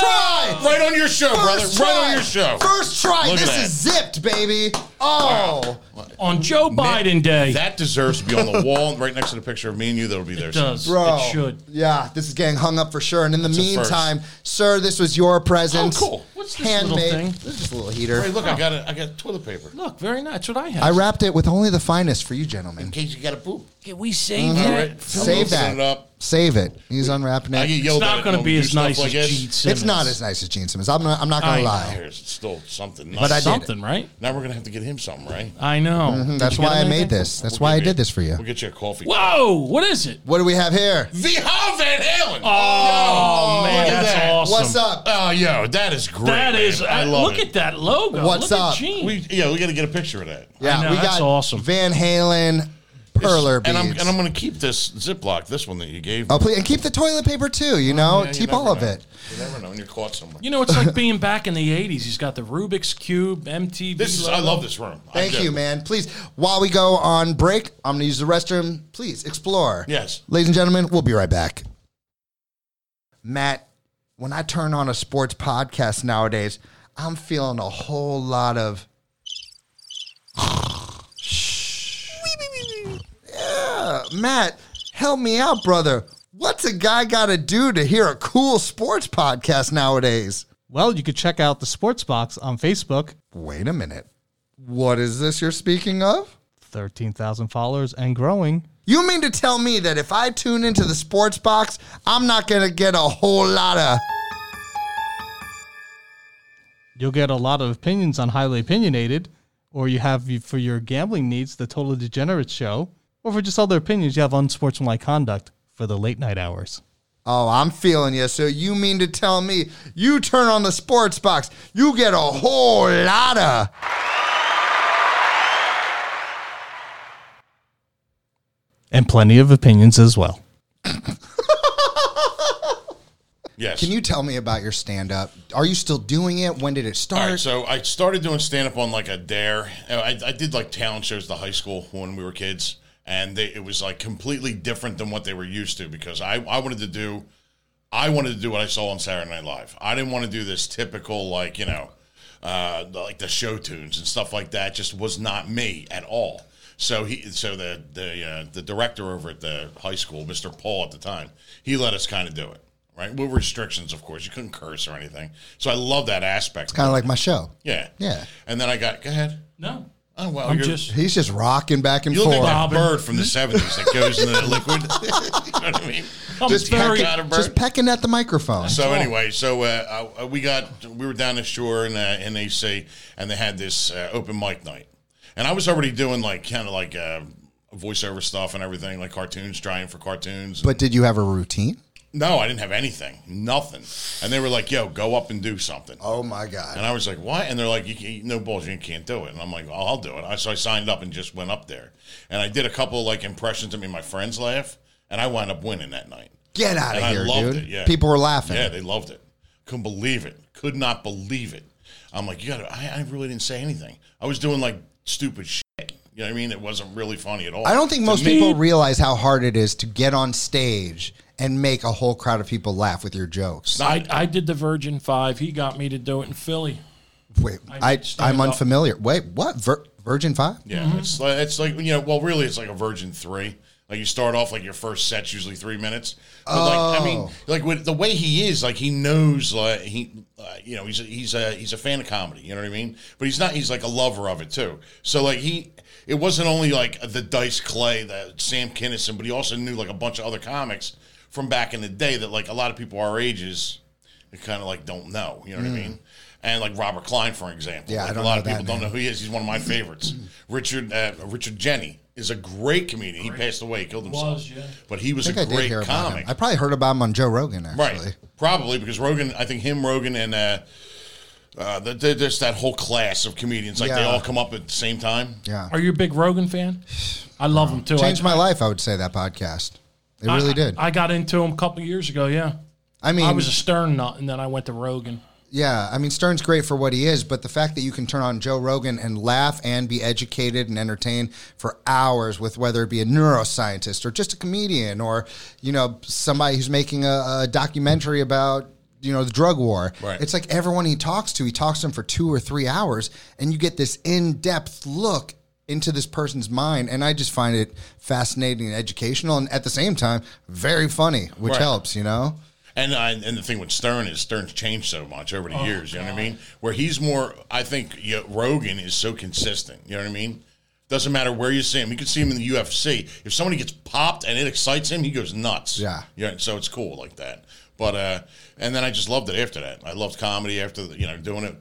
A: try.
C: this. Right on your show, brother.
A: First
C: Right
A: try.
C: on your show.
A: First try.
C: Look at
A: this
C: that.
A: is zipped, baby. Oh,
D: on Joe Biden Day?
C: That deserves to be on the wall right next to the picture of me and you that'll be there.
D: it
C: soon.
D: does.
A: bro.
D: It should.
A: Yeah, this is getting hung up for sure. And in the
C: a first.
A: meantime, sir, this was your present.
C: Oh, cool.
D: What's this little thing?
A: This is just a little heater.
C: Hey, look, I got a, I got toilet paper.
D: Look, very nice. That's what I have.
A: I wrapped it with only the finest for you, gentlemen.
C: In case you got a poop.
D: Can we
A: Mm-hmm.
D: save
C: All
D: that?
C: right.
A: Save
C: Open
A: that.
C: it up.
A: Save it. He's unwrapping
C: I
A: it.
C: get yelled
D: it's
C: at
D: not going to
C: when
D: be
C: we do
D: as
C: stuff
D: nice
C: like
D: as
C: this.
D: Gene Simmons.
A: It's not as nice as Gene Simmons. I'm not. I'm not gonna
D: I
A: lie.
C: There's still something.
A: But I did.
D: Something, right?
C: Now we're gonna have to get him something, right?
D: I know. Did
A: Mm-hmm. That's
D: you get
A: why I
D: him
A: made
D: anything?
A: this. That's
C: We'll
A: why I
C: give you-
A: did this for you.
C: We'll get you a coffee.
D: Whoa! What is it?
A: What do we have here?
C: The Hall Van Halen.
A: Oh,
D: Oh, man,
C: look at
D: that's
C: that.
D: awesome.
A: What's up?
C: Oh, yo, that is great.
D: That is. uh,
C: man. I love
D: look
C: it.
D: at that logo.
A: What's
D: look
A: up?
D: At Gene.
C: We, yeah, we got to get a picture of that.
A: Yeah,
D: I know,
A: we
D: that's
A: got
D: awesome.
A: Van Halen perler
C: and I'm
A: beads.
C: and I'm gonna keep this Ziploc, this one that you gave. me.
A: oh, please, and keep the toilet paper too. You know,
C: Oh, Yeah, you
A: keep
C: never
A: all of
C: know.
A: it.
C: You never know when you're caught somewhere.
D: you know, it's like being back in the '80s. He's got the Rubik's cube, MTV.
C: This is I
D: logo.
C: love this room. I
A: Thank
C: do.
A: you, man. Please, while we go on break, I'm gonna use the restroom. Please explore.
C: Yes.
A: Ladies and gentlemen, we'll be right back. Matt, when I turn on a sports podcast nowadays, I'm feeling a whole lot of. yeah. Matt, help me out, brother. What's a guy got to do to hear a cool sports podcast nowadays?
F: Well, you could check out the Sports Box on Facebook.
A: Wait a minute. What is this you're speaking of?
F: 13,000 followers and growing.
A: You mean to tell me that if I tune into the sports box, I'm not going to get a whole lot of.
F: You'll get a lot of opinions on highly opinionated, or you have for your gambling needs the Total Degenerate Show, or for just other opinions you have unsportsmanlike conduct for the late night hours.
A: Oh, I'm feeling you. So you mean to tell me you turn on the sports box, you get a whole lot of.
F: And plenty of opinions as well.
C: Yes.
A: Can you tell me about your stand up? Are you still doing it? When did it
C: All
A: start?
C: right, so I started doing stand up on like a dare. I, I did like talent shows to high school when we were kids, and they, it was like completely different than what they were used to because I, I wanted to do, I wanted to do what I saw on Saturday Night Live. I didn't want to do this typical like you know, uh, like the show tunes and stuff like that. Just was not me at all. So he, so the the uh, the director over at the high school, Mr. Paul at the time, he let us kind of do it. Right, with restrictions, of course. You couldn't curse or anything. So I love that aspect.
A: kind of like my show.
C: Yeah.
A: Yeah.
C: And then I got, go ahead.
D: No,
C: Oh, well,
D: I'm
C: you're,
D: just.
A: He's just rocking back and
C: you look
A: forth.
C: like that
D: Robin.
C: bird from the 70s that goes in the liquid. you know what I mean?
D: I'm
C: Just
D: very.
C: kind of bird.
A: just pecking at the microphone.
C: so anyway, so uh, I- I- we got we were down the shore in uh, NAC, and they had this uh, open mic night, and I was already doing like kind of like uh, voiceover stuff and everything, like cartoons, trying for cartoons.
A: but did you have a routine?
C: no, I didn't have anything, nothing. And they were like, "Yo, go up and do something."
A: Oh my God.
C: And I was like, "What?" And they're like, "You can't, no balls, you can't do it." And I'm like, "Well, I'll do it." I, so I signed up and just went up there, and I did a couple like impressions that made my friends laugh, and I wound up winning that night.
A: Get out of
C: And I
A: here,
C: loved
A: dude.
C: it, yeah.
A: People were laughing.
C: Yeah, they loved it. Couldn't believe it. Could not believe it. I'm like, you got to. I, I really didn't say anything. I was doing like stupid shit. You know what I mean? It wasn't really funny at all.
A: I don't think
C: To
A: most
C: me-
A: people realize how hard it is to get on stage and make a whole crowd of people laugh with your jokes.
D: I, I did the Virgin Five. He got me to do it in Philly.
A: Wait, I, I
D: stand
A: am
D: up.
A: unfamiliar. Wait, what? Vir- Virgin Five?
C: Yeah, it's like it's like you know. Well, really, it's like a Virgin Three. Like you start off like your first set's usually three minutes. But like I
A: Oh.
C: mean, like with the way he is, like he knows, like he, uh, you know, he's a, he's a he's a fan of comedy. You know what I mean? But he's not. He's like a lover of it too. So like he, it wasn't only like the Dice Clay, the Sam Kinison, but he also knew like a bunch of other comics from back in the day that like a lot of people our ages, kind of like don't know. You know what I mean? And like Robert Klein, for example.
A: Hmm. Yeah, I
C: like
A: don't
C: a lot
A: know
C: of
A: that
C: people don't
A: name.
C: know who he is. He's one of my favorites. Richard uh, Richard Jenny is a great comedian. He passed away, he killed himself.
D: Was, yeah.
C: But he was
A: I
C: a
A: think I did
C: great
A: hear about
C: comic.
A: him. I probably heard about him on Joe Rogan, actually.
C: Right. Probably because Rogan, I think him, Rogan, and uh, uh, the, the, there's that whole class of comedians. Like they
A: Yeah.
C: all come up at the same time.
A: Yeah.
D: Are you a big Rogan fan? I love him too.
A: Changed
D: I,
A: my life, I would say, that podcast. It really did.
D: I, I got into him a couple years ago. Yeah,
A: I mean,
D: I was a Stern nut, and then I went to Rogan.
A: Yeah, I mean Stern's great for what he is, but the fact that you can turn on Joe Rogan and laugh and be educated and entertained for hours with whether it be a neuroscientist or just a comedian or you know somebody who's making a, a documentary about you know the drug war.
C: Right.
A: It's like everyone he talks to, he talks to them for two or three hours, and you get this in-depth look into this person's mind, and I just find it fascinating and educational, and at the same time very funny, which
C: Right.
A: helps. You know,
C: And I, and the thing with Stern is Stern's changed so much over the
A: Oh,
C: years. You know what I mean? Where he's more, I think you know, Rogan is so consistent. You know what I mean? Doesn't matter where you see him. You can see him in the UFC. If somebody gets popped and it excites him, he goes nuts.
A: Yeah.
C: Yeah. So it's cool like that. But uh, and then I just loved it after that. I loved comedy after the, you know doing it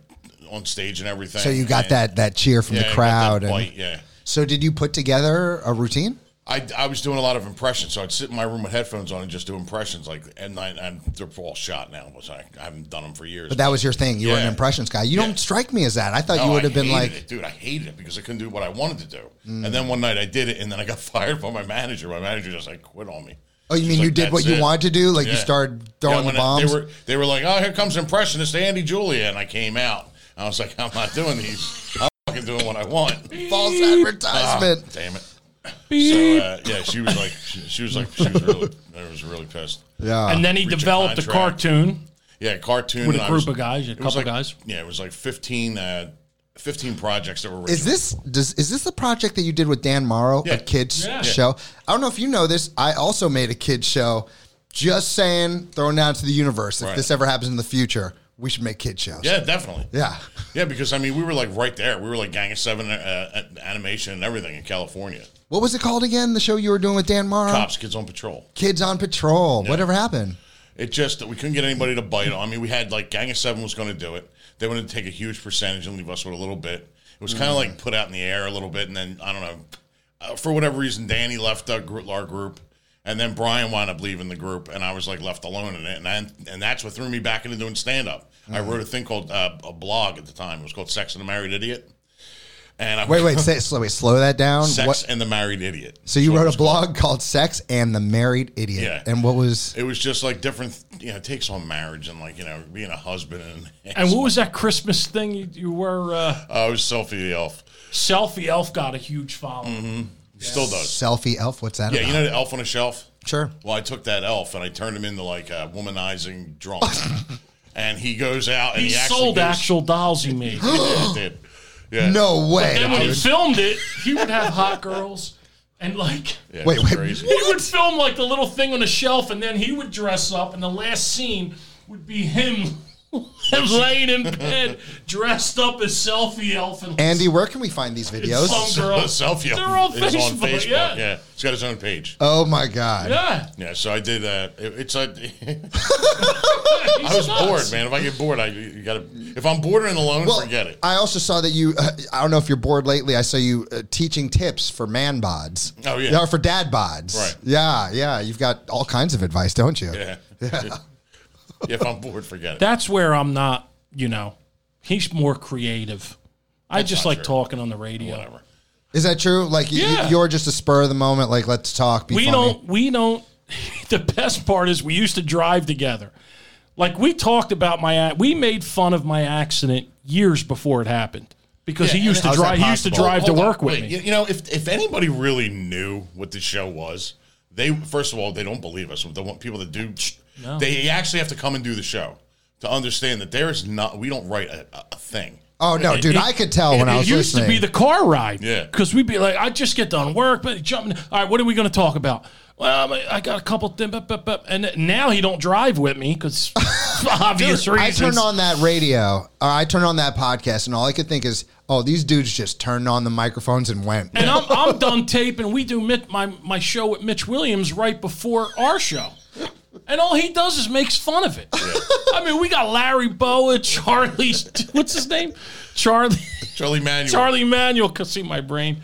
C: on stage and everything.
A: so you got
C: And-
A: that that cheer from
C: yeah, I got
A: the
C: that
A: crowd and.
C: bite, yeah.
A: So did you put together a routine?
C: I, I was doing a lot of impressions, so I'd sit in my room with headphones on and just do impressions. Like, and I, I'm they're all shot now, which I, I haven't done them for years.
A: But that was your thing. You were an
C: Yeah.
A: impressions guy. You
C: Yeah.
A: don't strike me as that. I thought you
C: No,
A: would
C: I
A: have been
C: hated
A: like, Mm.
C: it, dude, I hated it because I couldn't do what I wanted to do. And then one night I did it, and then I got fired by my manager. My manager just like quit on me.
A: oh, you
C: She's
A: mean
C: like,
A: you did what
C: "That's
A: you
C: it."
A: wanted to do? Like you
C: Yeah.
A: started
C: Yeah,
A: throwing
C: when
A: the
C: I-
A: bombs?
C: They were they were like, oh, here comes impressionist Andy Julia, and I came out. I was like, I'm not doing these. I'm fucking doing what I want.
A: False
C: Ah,
A: advertisement.
C: damn it.
D: Beep.
C: So uh, yeah, she was like, she, she was like, she was really, I was really pissed.
A: yeah.
D: and then he
C: Breach of
D: developed a
C: contract.
D: cartoon.
C: Yeah, cartoon
D: With a
C: and I
D: group of guys, a
C: it was
D: couple
C: like-
D: guys.
C: Yeah, it was like fifteen, uh, 15 projects that were. Original.
A: is this does is this the project that you did with Dan Morrow,
C: Yeah.
A: a kids
D: Yeah.
A: show? I don't know if you know this. I also made a kids show. Just saying, throwing out to the universe. If
C: Right.
A: this ever happens in the future, we should make kids shows.
C: Yeah, definitely.
A: Yeah.
C: Yeah, because I mean, we were like right there. We were like Gang of Seven uh, uh, animation and everything in California.
A: What was it called again? The show you were doing with Dan Morrow?
C: Cops, kids on patrol.
A: Kids on Patrol. Whatever happened?
C: It just that we couldn't get anybody to bite on. I mean, we had like Gang of Seven was going to do it. They wanted to take a huge percentage and leave us with a little bit. It was kind of like put out in the air a little bit, and then I don't know uh, for whatever reason, Danny left the group, our group, and then Brian wound up leaving the group, and I was like left alone in it, and I, and that's what threw me back into doing stand up. I
A: Mm.
C: wrote a thing called uh, a blog at the time. It was called Sex and the Married Idiot, and I
A: Wait, wait, say, slow, wait, slow that down.
C: Sex
A: What-
C: and the Married Idiot.
A: So you
C: That's what it
A: wrote
C: was
A: a
C: called.
A: blog called "Sex and the Married Idiot,"
C: Yeah.
A: and what was?
C: It was just like different, you know, takes on marriage and like you know being a husband and
D: And what was that Christmas thing you, you were? Uh,
C: Oh, it was Selfie the Elf.
D: Selfie Elf got a huge following.
C: Mm-hmm. Still does.
A: Selfie elf, what's that
C: Yeah,
A: about?
C: you know the elf on a shelf?
A: Sure.
C: Well, I took that elf and I turned him into like a womanizing drunk. and he goes out and
D: He,
C: he, actually
D: sold
C: goes-
D: actual dolls he made.
C: yeah, he did. Yeah.
A: no way.
D: And when he
A: dude.
D: filmed it, he would have hot girls and like
C: Yeah, it
A: Wait,
C: was
A: wait.
C: crazy.
D: he would film like the little thing on the shelf, and then he would dress up, and the last scene would be him laying in bed, dressed up as selfie elf, and
A: Andy, where can we find these videos?
D: Some girl.
C: Selfie
D: They're
C: elf
D: on
C: is on
D: Facebook,
C: Facebook.
D: yeah. Uh,
C: Yeah. He's got his own page.
A: Oh my god!
D: yeah,
C: Yeah, so I did uh it, it's a
D: he's
C: I was
D: nuts.
C: bored, man. If I get bored, I you gotta if I'm bored and alone,
A: Well,
C: forget it.
A: I also saw that you. Uh, I don't know if you're bored lately. I saw you uh, teaching tips for man bods.
C: Oh, yeah.
A: or for dad bods.
C: Right.
A: Yeah, yeah. You've got all kinds of advice, don't you?
C: yeah. yeah. If I'm bored, forget it.
D: That's where I'm not. You know, he's more creative. I just
C: not
D: like
C: true.
D: talking on the radio.
C: Whatever.
A: Is that true? Like y-
D: Yeah.
A: y- you're just a spur of the moment. Like let's talk. Be
D: we
A: funny.
D: don't we don't the best part is we used to drive together like we talked about my ac- we made fun of my accident years before it happened because he
C: Yeah,
D: used to
C: and-
D: drive he used to drive to
C: Hold on,
D: work with
C: wait,
D: me
C: You, you know, if if anybody really knew what the show was, they first of all they don't believe us. The one- people that do, they actually have to come and do the show to understand that there is not. We don't write a, a thing.
A: Oh no, dude!
D: It-
A: I could tell when
D: it
A: I was
D: used
A: listening.
D: to be the car ride.
C: Yeah.
D: Because we'd be like, I just get done work, but jumping. All right, what are we going to talk about? Well, I- I got a couple things. And now he don't drive with me because obvious
A: I
D: reasons.
A: turned on that radio, or I turned on that podcast, and all I could think is, "Oh, these dudes just turned on the microphones and went."
D: And I'm, I'm done taping. We do Mit, my, my show with Mitch Williams right before our show. And all he does is makes fun of it. I mean, we got Larry Boa, Charlie, what's his name? Charlie,
C: Charlie Manuel.
D: Charlie Manuel. Can see my brain.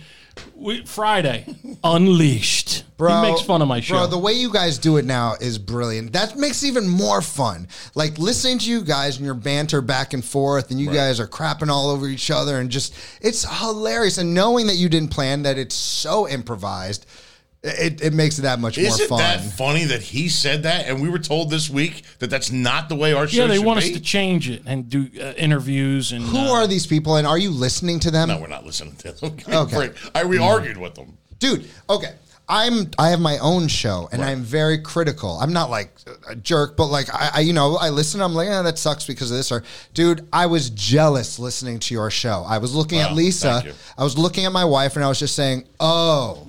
D: We, Friday, Unleashed.
A: Bro,
D: he makes fun of my show.
A: Bro, the way you guys do it now is brilliant. That makes it even more fun. Like listening to you guys and your banter back and forth, and you guys are crapping all over each other, and just it's hilarious. And knowing that you didn't plan that, it's so improvised. It, it makes it that much more
C: Isn't
A: fun.
C: that funny that he said that? And we were told this week that that's not the way our show
D: Yeah, they
C: should
D: want us
C: be?
D: to change it and do uh, interviews and
A: Who
D: uh,
A: are these people, and are you listening to them?
C: No, we're not listening to them. Give me a
A: Okay. Hmm.
C: break. I we argued with them.
A: dude okay i'm i have my own show and i'm very critical i'm not like a jerk but like i, I you know i listen i'm like eh, that sucks because of this or dude i was jealous listening to your show i was looking at
C: Wow,
A: lisa
C: thank you.
A: i was looking at my wife and i was just saying oh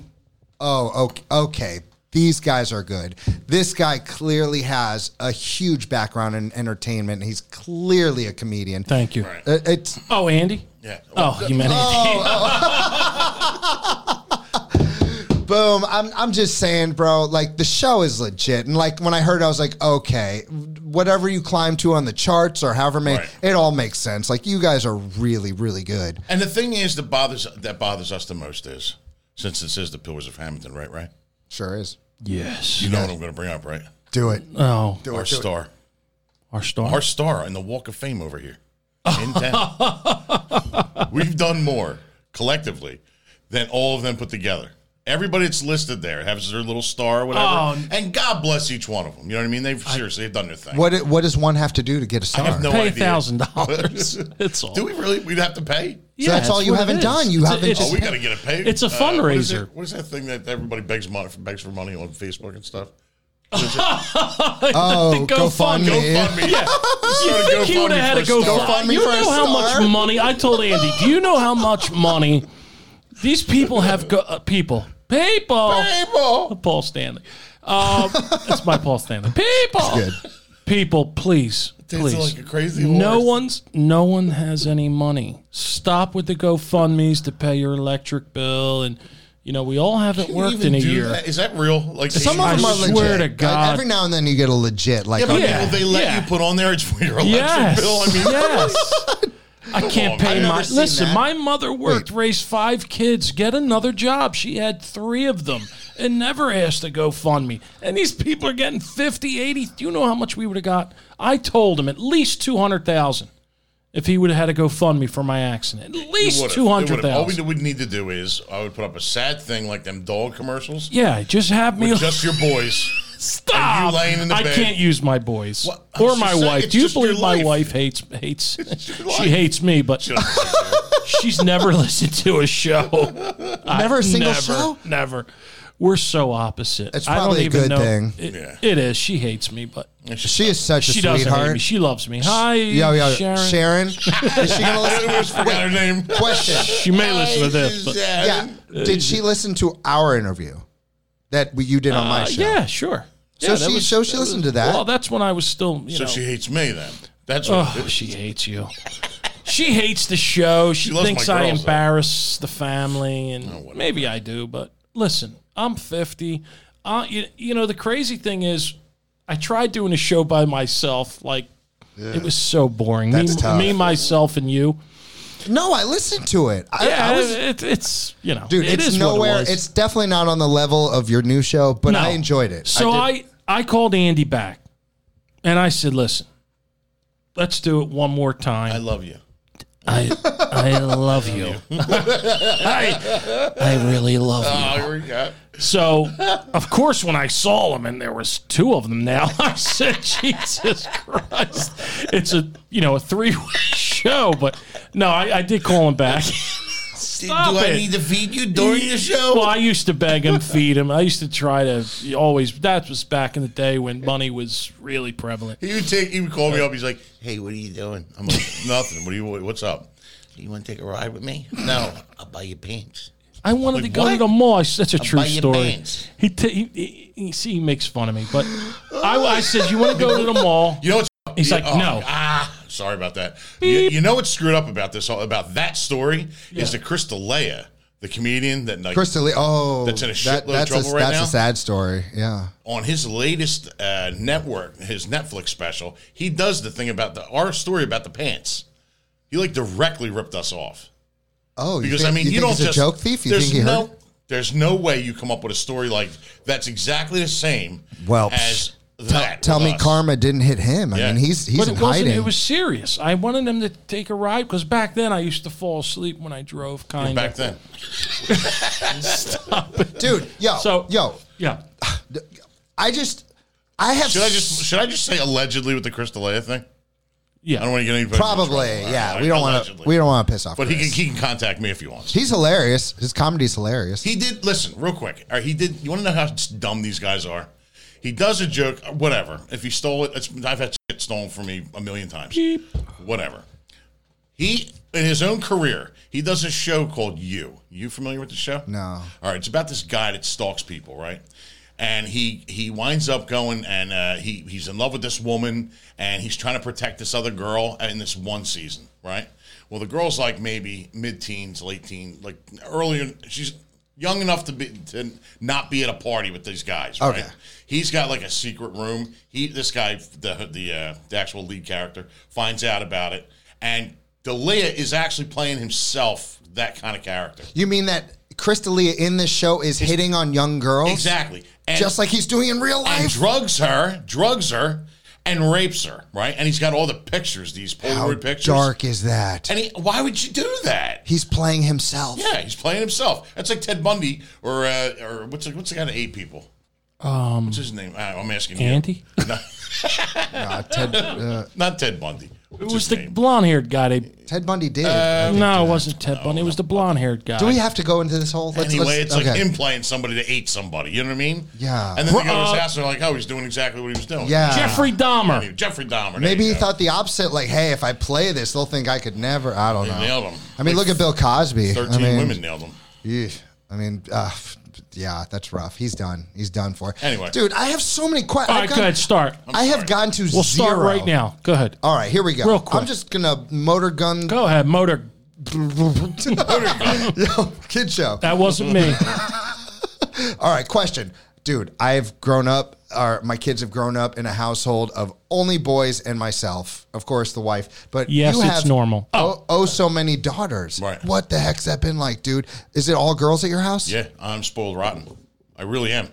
A: oh okay, okay these guys are good this guy clearly has a huge background in entertainment he's clearly a comedian
D: Thank you.
A: Uh, it's
D: Oh, Andy.
C: Yeah.
D: Oh, you meant Andy.
A: uh, Boom. I'm, I'm just saying, bro, like the show is legit. And like when I heard, it, I was like, okay, whatever you climb to on the charts or however many,
C: Right.
A: it all makes sense. Like you guys are really, really good.
C: And the thing is that bothers that bothers us the most is since this is the Pillars of Hamilton, right? Right.
A: Sure is.
D: Yes.
C: You know what I'm going to bring up, right?
A: Do it.
D: Oh,
A: Do
C: Our
A: it. Do it.
C: star,
D: our star.
C: our star in the Walk of Fame over here in town. We've done more collectively than all of them put together. Everybody that's listed there has their little star, or whatever.
D: Oh.
C: And God bless each one of them. You know what I mean? They've seriously they've done their thing.
A: What, what does one have to do to get a
C: I
A: star?
C: have no
D: Pay
C: idea.
D: thousand dollars. That's all.
C: Do we really? We'd have to pay.
D: Yeah,
A: that's all you
D: what it
A: haven't
D: is.
A: done. You
D: It's a-
A: haven't-
D: it's-
C: Oh, we got to get a pay.
D: It's a
C: uh, what is
D: fundraiser.
C: it- what is that thing that everybody begs money begs for money on Facebook and stuff?
A: oh,
D: the
A: GoFundMe.
D: GoFundMe.
C: GoFundMe. Yeah.
D: You think you would have had a GoFundMe?
A: GoFundMe
D: You
A: for a
D: know how
A: star?
D: much money? I told Andy. Do you know how much money these people have? Go, uh, people, people,
C: People.
D: Paul Stanley. Um, that's my Paul Stanley. People,
A: Good.
D: people, please,
C: It's
D: please.
C: like a crazy horse.
D: No one's, no one has any money. Stop with the GoFundmes to pay your electric bill, and you know we all haven't
C: Can you
D: worked
C: even
D: in a
C: do
D: year.
C: That? Is that real? Like
A: Some of
D: I
A: them are legit.
D: swear to
A: Like,
D: God.
A: every now and then you get a legit, like,
C: Yeah, but
D: Yeah,
C: will they let
D: yeah.
C: you put on there it's for your electric
D: Yes.
C: bill. I mean,
D: yes. I can't
C: on,
D: pay
C: I've
D: my.
A: never seen
D: Listen,
A: that.
D: my mother worked, raised five kids, get another job. She had three of them and never asked to go fund me. And these people are getting 50, 80. Do you know how much we would have got? I told him at least 200,000 if he would have had to go fund me for my accident. At
C: you
D: least
C: would've- it would've. All we
D: 200,000.
C: would need to do is I would put up a sad thing like them dog commercials
D: Yeah, just have me
C: with just your boys.
D: stop.
C: you laying in the
D: I
C: bed.
D: can't use my boys
C: What? I
D: or
C: was
D: my
C: just saying,
D: wife.
C: it's
D: Do you
C: just your
D: believe my
C: life.
D: wife hates hates?
C: your
D: she
C: life.
D: hates me, but
C: You know,
D: She's never listened to a show.
A: Never a single
D: never,
A: show?
D: Never. We're so opposite.
A: It's
D: I don't
A: probably a
D: even
A: good
D: know.
A: thing.
D: It,
C: Yeah.
D: it is. She hates me, but
A: she is such a
D: she doesn't hate
A: sweetheart.
D: me. She loves me. Hi,
A: yo, yo,
D: Sharon.
A: Sharon. is she going to
C: I
A: listen?
C: almost forgot her name.
A: Question.
D: She may listen to this. But,
A: Yeah.
C: Yeah.
A: Did she listen to our interview that we, you did on my
D: Uh,
A: show?
D: yeah, sure.
A: So
D: Yeah, that
A: she,
D: was-
A: so she listened to that.
D: Well, that's when I was still. You
C: So
D: know,
C: she hates me then. That's what
D: oh, she hates you. She hates the show. She,
C: She loves
D: thinks
C: my
D: I
C: girls, though.
D: embarrass the family,
A: Oh,
D: and maybe I do. But listen, I'm 50. Uh, you, you know, the crazy thing is, I tried doing a show by myself. Like, it was so boring.
A: That's
D: me,
A: tough.
D: me, myself, and you.
A: no, I listened to it. I,
D: Yeah,
A: I was,
D: it, it's you know,
A: dude,
D: it
A: it's
D: is what it
A: nowhere.
D: was.
A: it's definitely not on the level of your new show, but
D: No.
A: I enjoyed it.
D: So
A: did.
D: I, I called Andy back, and I said, "Listen, let's do it one more time."
C: I love you.
D: I I love you. I, I really love
C: Oh, here we go.
D: you. So, of course, when I saw them, and there was two of them now, I said, "Jesus Christ!" It's a you know a three way show, but no, I, I did call him back. Stop
C: Do
D: it.
C: I need to feed you during the show?
D: Well, I used to beg him, feed him. I used to try to always. That was back in the day when money was really prevalent.
C: He would take. He would call me up. He's like, "Hey, what are you doing?" I'm like, "Nothing. What do you? What's up? You want to take a ride with me? No, I'll buy you pants.
D: I wanted to
C: Like,
D: go to
C: what?
D: the mall. I s- That's a true
C: buy you
D: story.
C: pants.
D: He, t- he, he, he- see, he makes fun of me, but I, I said, "You want to go to the mall?"
C: You know what's?
D: He's like,
C: oh,
D: "No."
C: Ah, sorry about that. You, you know what's screwed up about this? About that story is that Crystalea, the comedian that like
A: Crystal Lee- oh,
C: That's in a shitload of
A: that's
C: trouble
A: a,
C: right
A: That's
C: now?
A: a sad story. Yeah.
C: on his latest uh, network, his Netflix special, he does the thing about the our story about the pants. He like directly ripped us off.
A: Oh, you
C: Because
A: think-
C: I mean,
A: you,
C: you,
A: think
C: don't
A: he's
C: just
A: a joke thief. You
C: there's
A: think he
C: no,
A: heard?
C: There's no way you come up with a story like that's exactly the same
A: Well,
C: as that.
A: Tell
C: with
A: me,
C: us.
A: karma didn't hit him. I
C: Yeah.
A: mean, he's he's
D: but
A: in
D: it wasn't.
A: hiding.
D: It was serious. I wanted them to take a ride because back then I used to fall asleep when I drove. Kind
C: Back
D: of.
C: then,
A: Dude, yo,
D: So-
A: yo,
D: Yeah.
A: I just, I have
C: should I just should I just say allegedly with the Crystalea thing? I don't
D: Yeah.
C: want to get anybody in
A: probably,
C: trouble.
A: yeah.
C: Alright,
A: we don't want to,
C: allegedly.
A: we don't want to piss off.
C: But he can
A: Chris.
C: he can contact me if he wants.
A: he's hilarious. His comedy's hilarious.
C: He did. Listen, real quick. All right, he did. You want to know how dumb these guys are? He does a joke. Whatever. If he stole it, it's, I've had shit stolen from me a million times. Whatever. He in his own career, he does a show called You. You familiar with the show?
A: No.
C: All right, it's about this guy that stalks people, right? And he he winds up going and uh, he he's in love with this woman and he's trying to protect this other girl in this one season, right? Well, the girl's like maybe mid-teens, late teen, like earlier. She's young enough to be to not be at a party with these guys, right?
A: Okay.
C: He's got like a secret room. He this guy the the uh, the actual lead character finds out about it, and Dalia is actually playing himself that kind of character.
A: you mean that Crystalia in this show is hitting on young girls?
C: Exactly. And,
A: Just like he's doing in real
C: and
A: life?
C: drugs her, drugs her, and rapes her, right? And he's got all the pictures, these
A: How
C: Polaroid pictures.
A: dark is that?
C: And he, why would you do that?
A: he's playing himself.
C: Yeah, he's playing himself. That's like Ted Bundy or uh, or what's the, what's the guy that ate people? Um, what's his name? Uh, I'm asking
D: Andy.
C: you. No,
A: Uh, Ted, uh,
C: not Ted Bundy. What's
D: It was
C: his
D: the
C: name?
D: blonde-haired guy. They,
A: Ted Bundy did.
C: Uh,
D: no, it wasn't Ted Bundy. It was the blonde-haired guy.
A: Do we have to go into this whole? Let's,
C: anyway,
A: let's,
C: it's like him playing somebody that ate somebody. You know what I mean?
A: Yeah.
C: And then they go to
D: Uh,
C: his house and they're like, oh, he's doing exactly what he was doing.
A: Yeah.
D: Jeffrey Dahmer.
C: Jeffrey Dahmer. there
A: Maybe
C: you
A: he
C: go.
A: thought the opposite. Like, hey, if I play this, they'll think I could never. I don't
C: They
A: know.
C: nailed him.
A: I mean,
C: Like
A: look at Bill Cosby.
C: 13
A: I mean,
C: women nailed him.
A: eesh. I mean, uh, f- yeah, that's rough. He's done. He's done for.
C: Anyway.
A: dude, I have so many questions.
D: All right, go ahead. Start.
A: I have gotten to
D: We'll
A: zero
D: start right now. Go ahead.
A: All right, here we go.
D: Real quick.
A: I'm just gonna motor gun.
D: Go ahead. Motor.
A: Yo, kid show.
D: That wasn't me.
A: All right, question. Dude, I've grown up, or my kids have grown up in a household of only boys and myself. Of course, the wife. But
D: Yes,
A: you
D: it's
A: have
D: normal.
A: Oh, oh, so many daughters.
C: Right.
A: What the heck's that been like, dude? Is it all girls at your house?
C: Yeah, I'm spoiled rotten. I really am.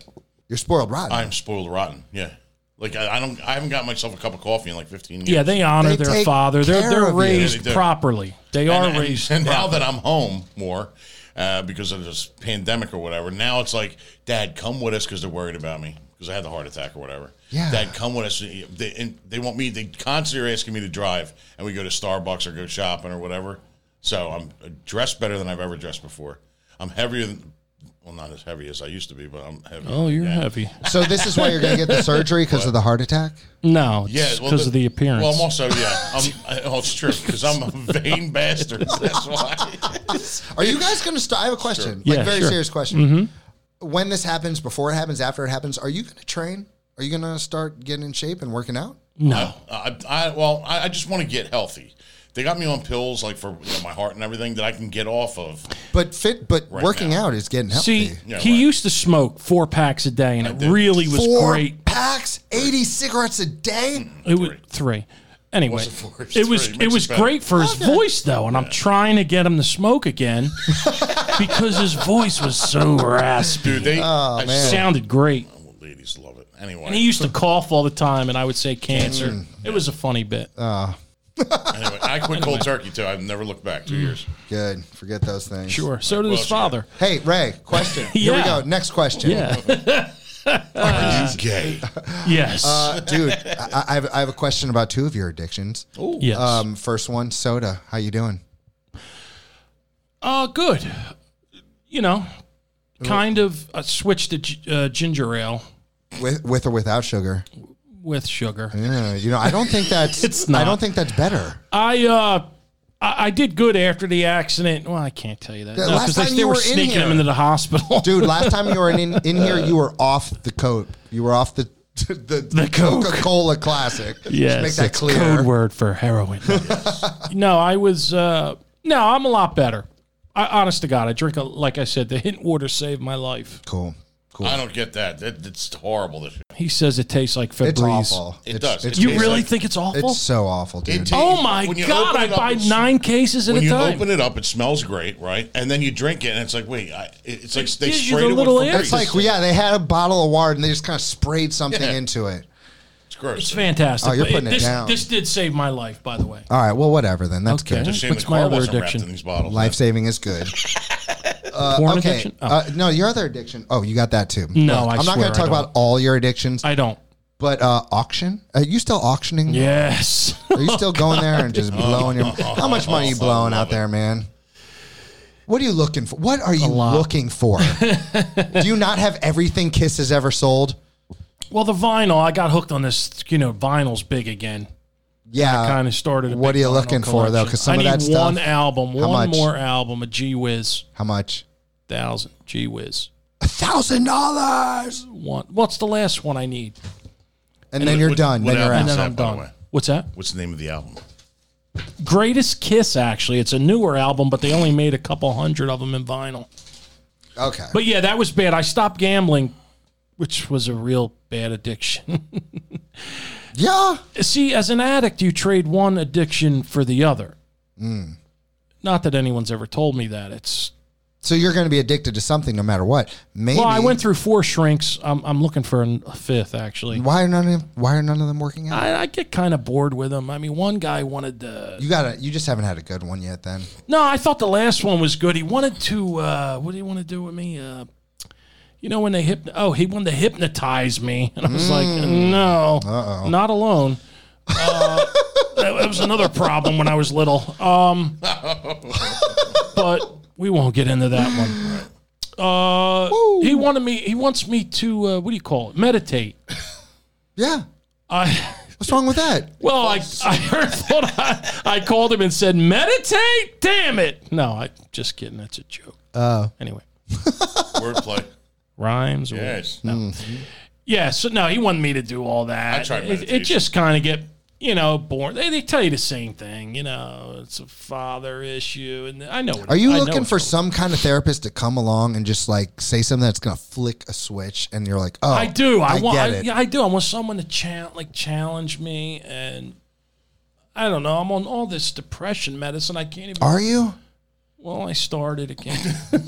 A: You're spoiled rotten.
C: I'm spoiled rotten. Yeah. Like I, I don't. I haven't got myself a cup of coffee in like 15 years.
D: Yeah, they honor
A: They
D: their
A: take
D: father. They're
A: care
D: they're
A: of you.
C: Yeah,
D: raised
C: they do.
D: properly. They are
C: and, and-
D: raised.
C: and now that I'm home more uh, because of this pandemic or whatever, now it's like, Dad, come with us because they're worried about me because I had the heart attack or whatever.
A: Yeah.
C: Dad, come with us. They, and they want me. They constantly are asking me to drive, and we go to Starbucks or go shopping or whatever. So I'm dressed better than I've ever dressed before. I'm heavier than. Well, not as heavy as I used to be, but I'm heavy.
D: oh, you're
C: Yeah.
D: heavy.
A: so this is why you're gonna get the surgery because of the heart attack.
D: No,
C: Yeah,
D: because
C: well,
D: of the appearance.
C: Well, I'm also yeah. I'm, I, oh, it's true because I'm a vain bastard. That's why.
A: Are you guys gonna? St- I have a question. Like
D: Yeah,
A: very
D: sure. Mm-hmm.
A: serious question. When this happens, before it happens, after it happens, are you gonna train? Are you gonna start getting in shape and working out?
D: no,
C: I, I well, I, I just want to get healthy. They got me on pills like for you know, my heart and everything that I can get off of.
A: But fit, but working
C: now.
A: out is getting healthy.
D: see,
C: Yeah,
D: he
C: right.
D: used to smoke four packs a day, and it really was
A: four
D: great.
A: packs, 80 cigarettes a day.
C: Mm.
D: It was three. Anyway,
C: Wasn't four, it's
D: it was
C: three.
D: it
C: Makes
D: was
C: it better.
D: great for his voice though, and I'm trying to get him to smoke again because his voice was so raspy.
C: Dude, they I
D: It sounded great.
C: still- ladies love it. Anyway,
D: And he used to cough all the time, and I would say
C: Mm.
D: cancer. It was a funny bit.
C: anyway, I quit cold turkey too. I've never looked back. Two
D: Mm.
C: years.
A: Good. Forget those things.
D: sure. So did
C: well,
D: his
C: sure.
D: father.
A: Hey, Ray, question. Here we
D: Yeah.
A: go. Next question.
D: Yeah.
C: Are you gay?
D: yes.
A: Uh, dude, I, I, have, I have a question about two of your addictions.
D: yes.
C: uh,
A: Um, first one, soda. How you doing?
D: Uh, good. You know, kind of uh, switched to gi- uh, ginger ale
A: With with or without sugar?
D: with sugar.
A: Yeah, you know, I don't think that's.
D: It's not.
A: I don't think that's better.
D: I uh, I, I did good after the accident. Well, I can't tell you that
A: Yeah,
D: No,
A: last
D: 'cause they,
A: time
D: they
A: you
D: were
A: were in
D: sneaking
A: here.
D: him into the hospital.
A: Dude, last time you were in, in here, you were off the coat. You were off the the,
D: The Coke.
A: Coca Cola Classic. Just
D: yes,
A: make that
D: it's
A: clear.
D: Code word for heroin. no, I was. Uh, no, I'm a lot better. I, honest to God, I drink a, like I said. The hint water saved my life.
A: Cool. Cool.
C: I don't get that. that it's horrible. This
D: He says it tastes like Febreze.
A: It's awful.
C: It
A: It's-
C: does.
A: It's,
C: It
D: You
C: tastes
D: really
C: like-
D: think it's awful?
A: it's so awful, dude.
C: tastes-
D: oh my
C: When you
D: God!
C: open
D: I
C: it up,
D: buy
C: it's-
D: nine cases at
C: When
D: a
C: you
D: time.
C: open it up, it smells great, right? And then you drink it, and it's like, wait, I, it- it's like they
D: gives you
C: sprayed it
D: the little
C: with
D: air.
C: Febreze.
A: It's like, well, yeah, they had a bottle of water and they just kind of sprayed something
C: Yeah.
A: into it.
C: gross.
D: It's fantastic.
A: Oh, you're
D: But
A: putting it
D: this,
A: down.
D: This did save my life, by the way.
A: All right. Well, whatever then. That's
D: Okay.
A: good.
C: It's a shame
D: What's
C: the
D: my
C: car
D: other
C: wasn't
D: addiction?
C: wrapped in these bottles.
A: Life saving is good. okay.
D: Porn addiction? Oh,
A: Uh, no, your other addiction. Oh, you got that too.
D: No, I
A: am not
D: swear
A: going to talk
D: I don't.
A: about all your addictions,
D: I don't.
A: but uh, auction. Are you still auctioning?
D: Yes.
A: Are you still going there and
D: Oh,
A: just blowing your? How much money are you blowing out there, man? What are you looking for? What are you looking for? Do you not have everything Kiss has ever sold?
D: well, the vinyl, I got hooked on this. You know, vinyl's big again.
A: Yeah,
D: kind of started. A
A: Uh, what
D: big
A: are you
D: vinyl
A: looking for, though? 'Cause some
D: collection.
A: of
D: I
A: that stuff-
D: need one album,
A: How
D: one
A: much?
D: more album, a G Whiz
A: How much?
D: thousand, G Whiz
A: A thousand dollars,
D: one. What's the last one I need?
A: and then you're
C: what-
A: done.
C: what
A: Then you're
C: album
A: out.
D: And then
C: that,
D: I'm
C: by the
D: done.
C: way?
D: What's that?
C: What's the name of the album?
D: Greatest Kiss. Actually, it's a newer album, but they only made a couple hundred of them in vinyl.
A: Okay.
D: But yeah, that was bad. I stopped gambling, which was a real bad addiction.
A: yeah.
D: See, as an addict, you trade one addiction for the other.
A: Hmm.
D: Not that anyone's ever told me that. It's
A: So you're going to be addicted to something no matter what. Maybe.
D: well, I went through four shrinks. I'm, I'm looking for an- a fifth actually.
A: Why are none of them, Why are none of them working out?
D: I, I get kind of bored with them. I mean, one guy wanted to.
A: you gotta. You just haven't had a good one yet. Then
D: No, I thought the last one was good. He wanted to. Uh, what do you want to do with me? Uh, you know when they hyp? Oh, he wanted to hypnotize me, and I was like, no, not alone. Uh, that, that was another problem when I was little. Um, but we won't get into that one. Uh, he wanted me. He wants me to. Uh, what do you call it? Meditate.
A: yeah.
D: I.
A: What's wrong with that?
D: Well, I, I heard, thought I, I called him and said, meditate? Damn it. No, I just kidding. That's a joke. Oh. Anyway,
C: Wordplay.
D: rhymes.
C: Yes.
D: Yeah, so no, he wanted me to do all that.
C: I tried
D: it, it
C: meditation.
D: just kind of get, you know, boring. They, they tell you the same thing, you know, it's a father issue. And I know. What
A: Are
D: it-
A: you
D: I know
A: looking
D: it's
A: for
D: a-
A: some kind of therapist to come along and just like say something that's gonna flick a switch and you're like, oh,
D: I do. I, want.
A: get
D: I,
A: it.
D: yeah, I do. I want someone to challenge, like challenge me, and I don't know. I'm on all this depression medicine. I can't even.
A: Are you?
D: Well, I started again. you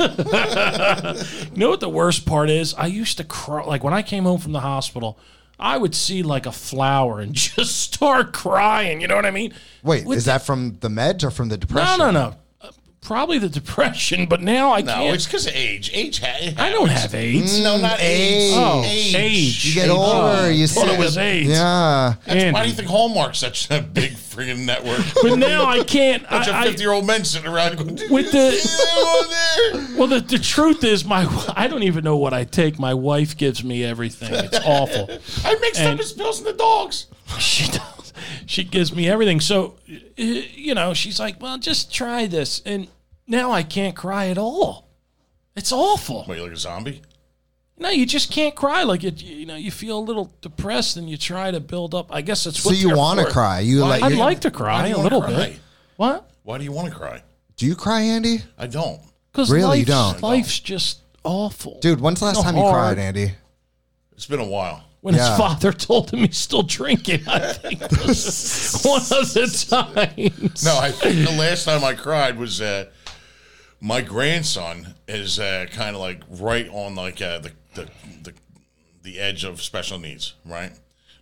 D: know what the worst part is? I used to cry. Like when I came home from the hospital, I would see like a flower and just start crying. You know what I mean?
A: Wait,
D: With-
A: is that from the meds or from the
D: No,
A: depression?
D: no, no. Uh, Probably the depression, but now I
C: No,
D: can't.
C: it's because of age. Age. Ha- it
D: I don't
C: happens.
D: have AIDS.
C: No, not AIDS.
D: Oh,
C: Age.
D: age.
A: You get
D: Age.
A: older. you
D: thought
A: see-
D: it was AIDS.
A: Yeah.
D: Andy.
C: Why do you think Hallmark's such a big friggin' network?
D: But now I can't.
C: bunch
D: I- I-
C: of fifty-year-old men sitting around going, "Did
D: With
C: you
D: the-
C: see that one there?"
D: Well, the, the truth is, my I don't even know what I take. My wife gives me everything. It's awful.
C: I mixed
D: And-
C: up his pills and the dogs.
D: she does. She gives me everything. So, uh, you know, she's like, "Well, just try this," and now I can't cry at all. It's awful.
C: Wait, you like a zombie?
D: No, you just can't cry. Like it, you know, you feel a little depressed, and you try to build up. I guess that's
A: So
D: what
A: you
D: want
A: to cry? You like?
D: I'd
A: you-
D: like to cry
C: do
D: a
C: you wanna
D: little
C: cry?
D: bit. What?
C: Why do you want to cry?
A: Do you cry, Andy?
C: I don't.
D: Because
A: Really, you don't.
D: Life's just awful,
A: Dude, when's the last
D: No,
A: time you
D: hard.
A: cried, Andy?
C: It's been a while.
D: When
A: Yeah.
D: his father told him he's still drinking, I think was one of the times.
C: No, I think the last time I cried was uh, my grandson is uh, kind of like right on like uh, the, the the the edge of special needs, right?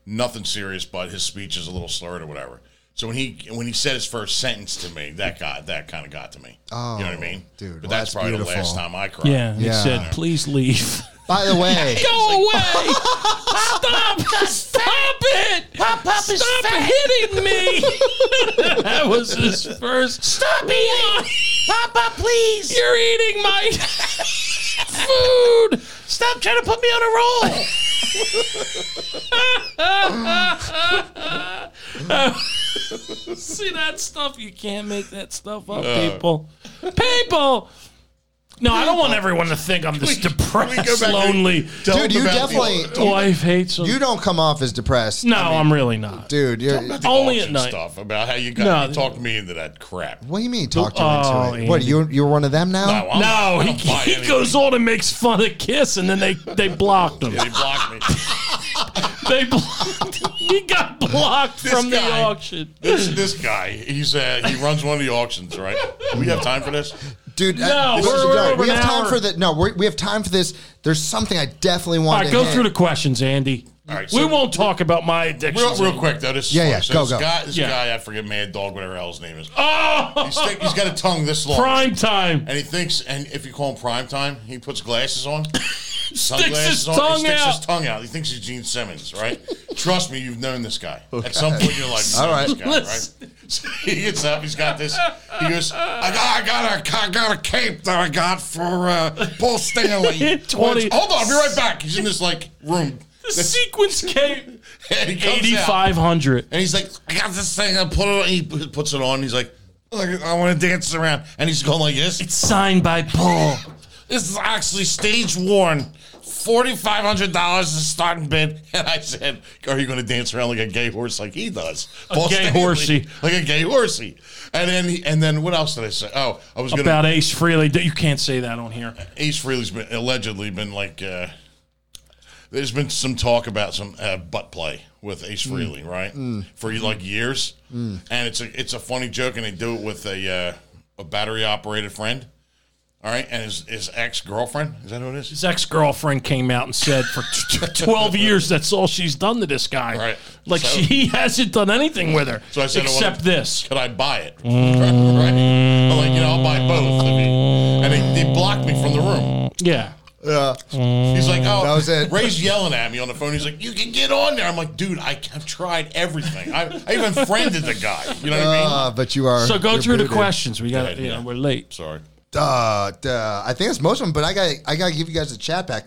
C: Nothing serious, but his speech is a little slurred or whatever. So when he when he said his first sentence to me, that got that kind of got to me. you know what I mean,
A: Oh, dude,
C: But
A: well,
C: that's,
A: that's
C: probably the last
A: beautiful.
C: time I cried.
D: Yeah, he
A: Yeah.
D: said, "Please leave."
A: By the way,
D: Go away! Stop! Stop it! Stop hitting me! that was his first. Stop eating, Papa! Please! You're eating my food! Stop trying to put me on a roll! See that stuff? You can't make that stuff up, people. People. No, I don't want everyone to think I'm this depressed,
C: back to-
D: lonely.
C: Tell
A: dude,
C: him
A: you
C: about the-
A: definitely
D: Wife hates him.
A: you don't come off as depressed,
D: no, I'm really not.
A: dude. You're,
C: the
D: Only
C: auction
D: at night.
C: stuff about how you got
D: No.
C: you talked me into that crap.
A: what do you mean? Talk to
D: Oh,
A: him into it. What
D: Andy.
A: you you're one of them now?
C: No, I'm-
D: No,
C: I
D: he,
C: don't buy
D: he
C: anything.
D: goes on and makes fun of Kiss, and then they, they blocked him.
C: He blocked me.
D: They blocked. He got blocked
C: This
D: from the
C: guy.
D: auction.
C: This this guy, he's uh, he runs one of the auctions, right? Do we have time for this?
A: Dude, uh,
D: No,
A: this
D: we're-
A: is-
D: we're
A: no,
D: over
A: we
D: an
A: have time
D: hour.
A: for the no. We're, we have time for this. There's something I definitely
D: All
A: want
D: right,
A: to
D: go
A: hit.
D: through the questions, Andy.
C: All right,
D: we
C: so
D: won't talk about my addiction.
C: Real, real quick though, this is
A: Yeah,
C: funny.
A: yeah,
C: So
A: go,
C: this
A: go.
C: Guy, this
D: Yeah.
C: guy, I forget, Mad Dog, whatever the hell his name is. Oh, he's, thick- he's got a tongue this long,
D: Prime time.
C: and he thinks. And if you call him prime time, he puts glasses on,
D: his
C: sunglasses
D: tongue
C: he sticks
D: out.
C: his tongue out. He thinks he's Gene Simmons, right? Trust me, you've known this guy. At some point, you're like, all right, this guy, right? So he gets up, he's got this. He goes, I got, I got a, I got a cape that I got for uh, Paul Stanley.
D: 20
C: Hold on, I'll be right back. He's in this like room.
D: The sequence came
C: And he comes out.
D: eighty five hundred.
C: And he's like, I got this thing. I put it on. He p- puts it on. He's like, "Look, I want to dance around. And he's going like this.
D: It's signed by Paul.
C: This is actually stage worn. $4,500 is starting bid. And I said, Are you going to dance around like a gay horse like he does? Paul
D: gay horsey.
C: Like a gay horsey. And then, he, and then what else did I say? Oh, I was going
D: about Ace Freely. You can't say that on here.
C: Ace Frehley's been allegedly been like. Uh, there's been some talk about some uh, butt play with Ace Frehley, right? For like years, and it's a it's a funny joke, and they do it with a uh, a battery operated friend. All right, and his, his ex girlfriend is that who it is?
D: His ex girlfriend came out and said, for t- t- 12 years, that's all she's done to this guy.
C: Right.
D: Like,
C: So-
D: she hasn't done anything with her
C: So I said, I wanna-
D: except this.
C: Could I buy it? right? I'm like, you know, I'll buy both. I mean, and they, they blocked me from the room.
D: Yeah.
A: Yeah.
C: He's like, oh,
A: Mm, That was it.
C: Ray's yelling at me on the phone. He's like, you can get on there. I'm like, dude, I, I've tried everything. I, I even friended the guy. You know what I mean?
A: Uh, but you are.
D: So go
A: you're
D: through the
A: booted.
D: questions. We got,
C: ahead,
D: you know,
C: yeah.
D: we're late.
C: Sorry.
A: Uh, duh. I think that's most of them, but I got I got to give you guys the chat pack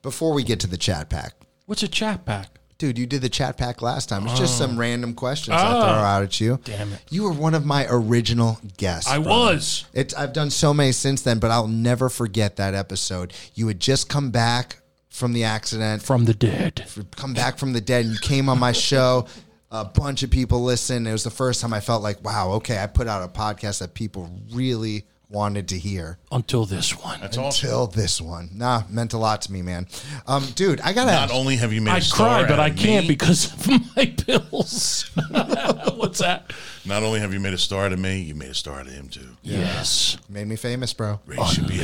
A: before we get to the chat pack.
D: What's a chat pack?
A: Dude, you did the chat pack last time. It's
D: Oh.
A: just some random questions I throw out at you. Damn it. You were one of my original guests.
D: I
A: bro.
D: was.
A: It's I've done so many since then, but I'll never forget that episode. You had just come back from the accident,
D: From the dead.
A: come back from the dead, and you came on my show. A bunch of people listened. It was the first time I felt like, wow, okay, I put out a podcast that people really wanted to hear.
D: Until this one.
C: That's all.
A: Till this one, nah, meant a lot to me, man. Um, dude, I gotta.
C: Not only have you made, a
D: I
C: star
D: cry, but
C: out
D: I
C: of
D: can't
C: me,
D: because of my pills. What's that?
C: Not only have you made a star out of me, you made a star out of him too.
D: Yes.
A: made me famous, bro.
C: Ray should be.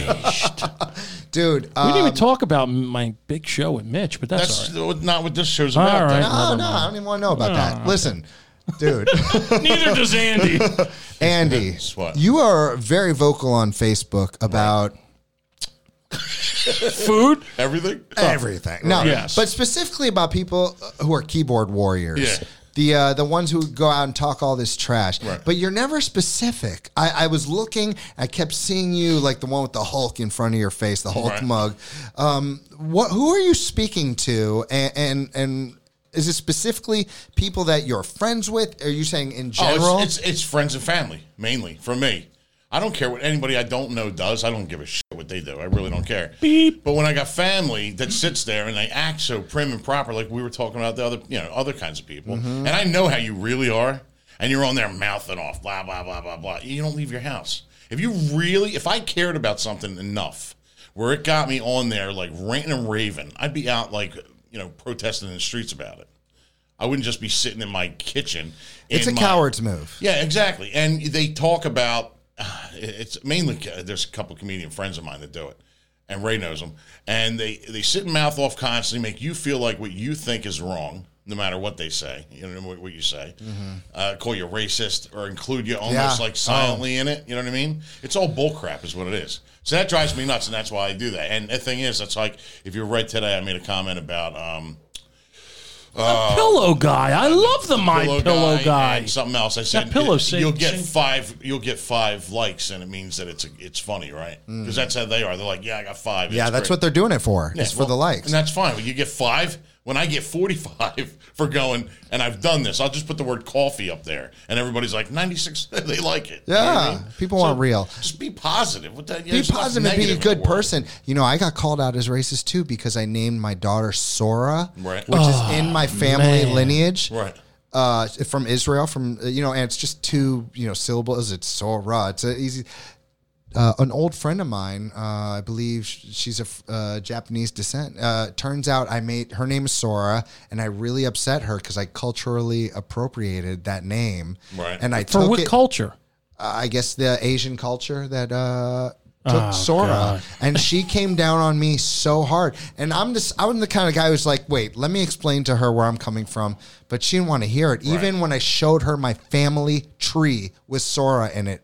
A: Dude,
D: We didn't
A: uh,
D: even talk about my big show with Mitch, but that's, all
C: That's
D: right.
C: not what this show's about.
D: All right.
C: That's-
A: oh no, I don't even want to know about that. Listen, dude.
D: Neither does Andy.
A: Andy,
C: what?
A: you are very vocal on Facebook about
D: Food?
C: Everything.
A: everything. Oh. No,
D: Yes.
A: but specifically about people uh, who are keyboard warriors.
C: Yeah.
A: The, uh, the ones who go out and talk all this trash, but you're never specific. I, I was looking, I kept seeing you like the one with the Hulk in front of your face, the Hulk
C: Right.
A: mug. Um, what? Who are you speaking to? And, and and is it specifically people that you're friends with? Are you saying in
C: Oh, it's-
A: general?
C: it's, it's friends and family mainly for me. I don't care what anybody I don't know does. I don't give a shit what they do. I really don't care. But when I got family that sits there and they act so prim and proper, like we were talking about the other, you know, other kinds of people,
A: Mm-hmm.
C: and I know how you really are, and you're on there mouthing off, blah blah blah blah blah. You don't leave your house. If you really, if I cared about something enough, where it got me on there like ranting and raving, I'd be out like you know protesting in the streets about it. I wouldn't just be sitting in my kitchen.
A: It's a
C: in my-
A: coward's move.
C: yeah, exactly. And they talk about uh, it's mainly uh, there's a couple comedian friends of mine that do it, and Ray knows them. And they they sit and mouth off constantly, make you feel like what you think is wrong, no matter what they say, you know what, what you say. Uh, call you racist or include you almost
A: Yeah.
C: like silently in it. You know what I mean? It's all bullcrap, is what it is. So that drives me nuts, and that's why I do that. And the thing is, that's like if you're right today, I made a comment about. Um, Uh,
D: pillow guy. I love the my pillow, guy.
C: and something else. I said
D: That pillow
C: "You'll-
D: saved
C: You'll get
D: Shane."
C: five. You'll get five likes, and it means that it's it's funny, right? Because that's how they are. They're like, yeah, I got five.
A: Mm. Yeah, that's what they're doing it for. It's for the likes.
C: and that's fine. When you get five, when I get forty-five for going, and I've done this, I'll just put the word coffee up there, and everybody's like, ninety-six. They like it. You know what I
A: Yeah,
C: mean?
A: people want real.
C: Just be positive. What the,
A: be positive and be a good person. You know, I got called out as racist too because I named my daughter Sora,
C: Right.
A: which
D: Oh,
A: is in my family lineage,
C: Right.
A: Uh, from Israel, from uh, you know, and it's just two you know syllables. It's Sora. It's a easy. Uh, an old friend of mine, uh, I believe sh- she's of uh, Japanese descent. Uh, turns out I made her name is Sora, and I really upset her because I culturally appropriated that name.
C: Right.
A: And I
D: For
A: took
D: what
A: it,
D: culture?
A: I guess the Asian culture that uh,
D: Oh,
A: took Sora, and she came down on me so hard. And I'm this, I'm the kind of guy who's like, wait, let me explain to her where I'm coming from. But she didn't want to hear it. Even when I showed her my family tree with Sora in it,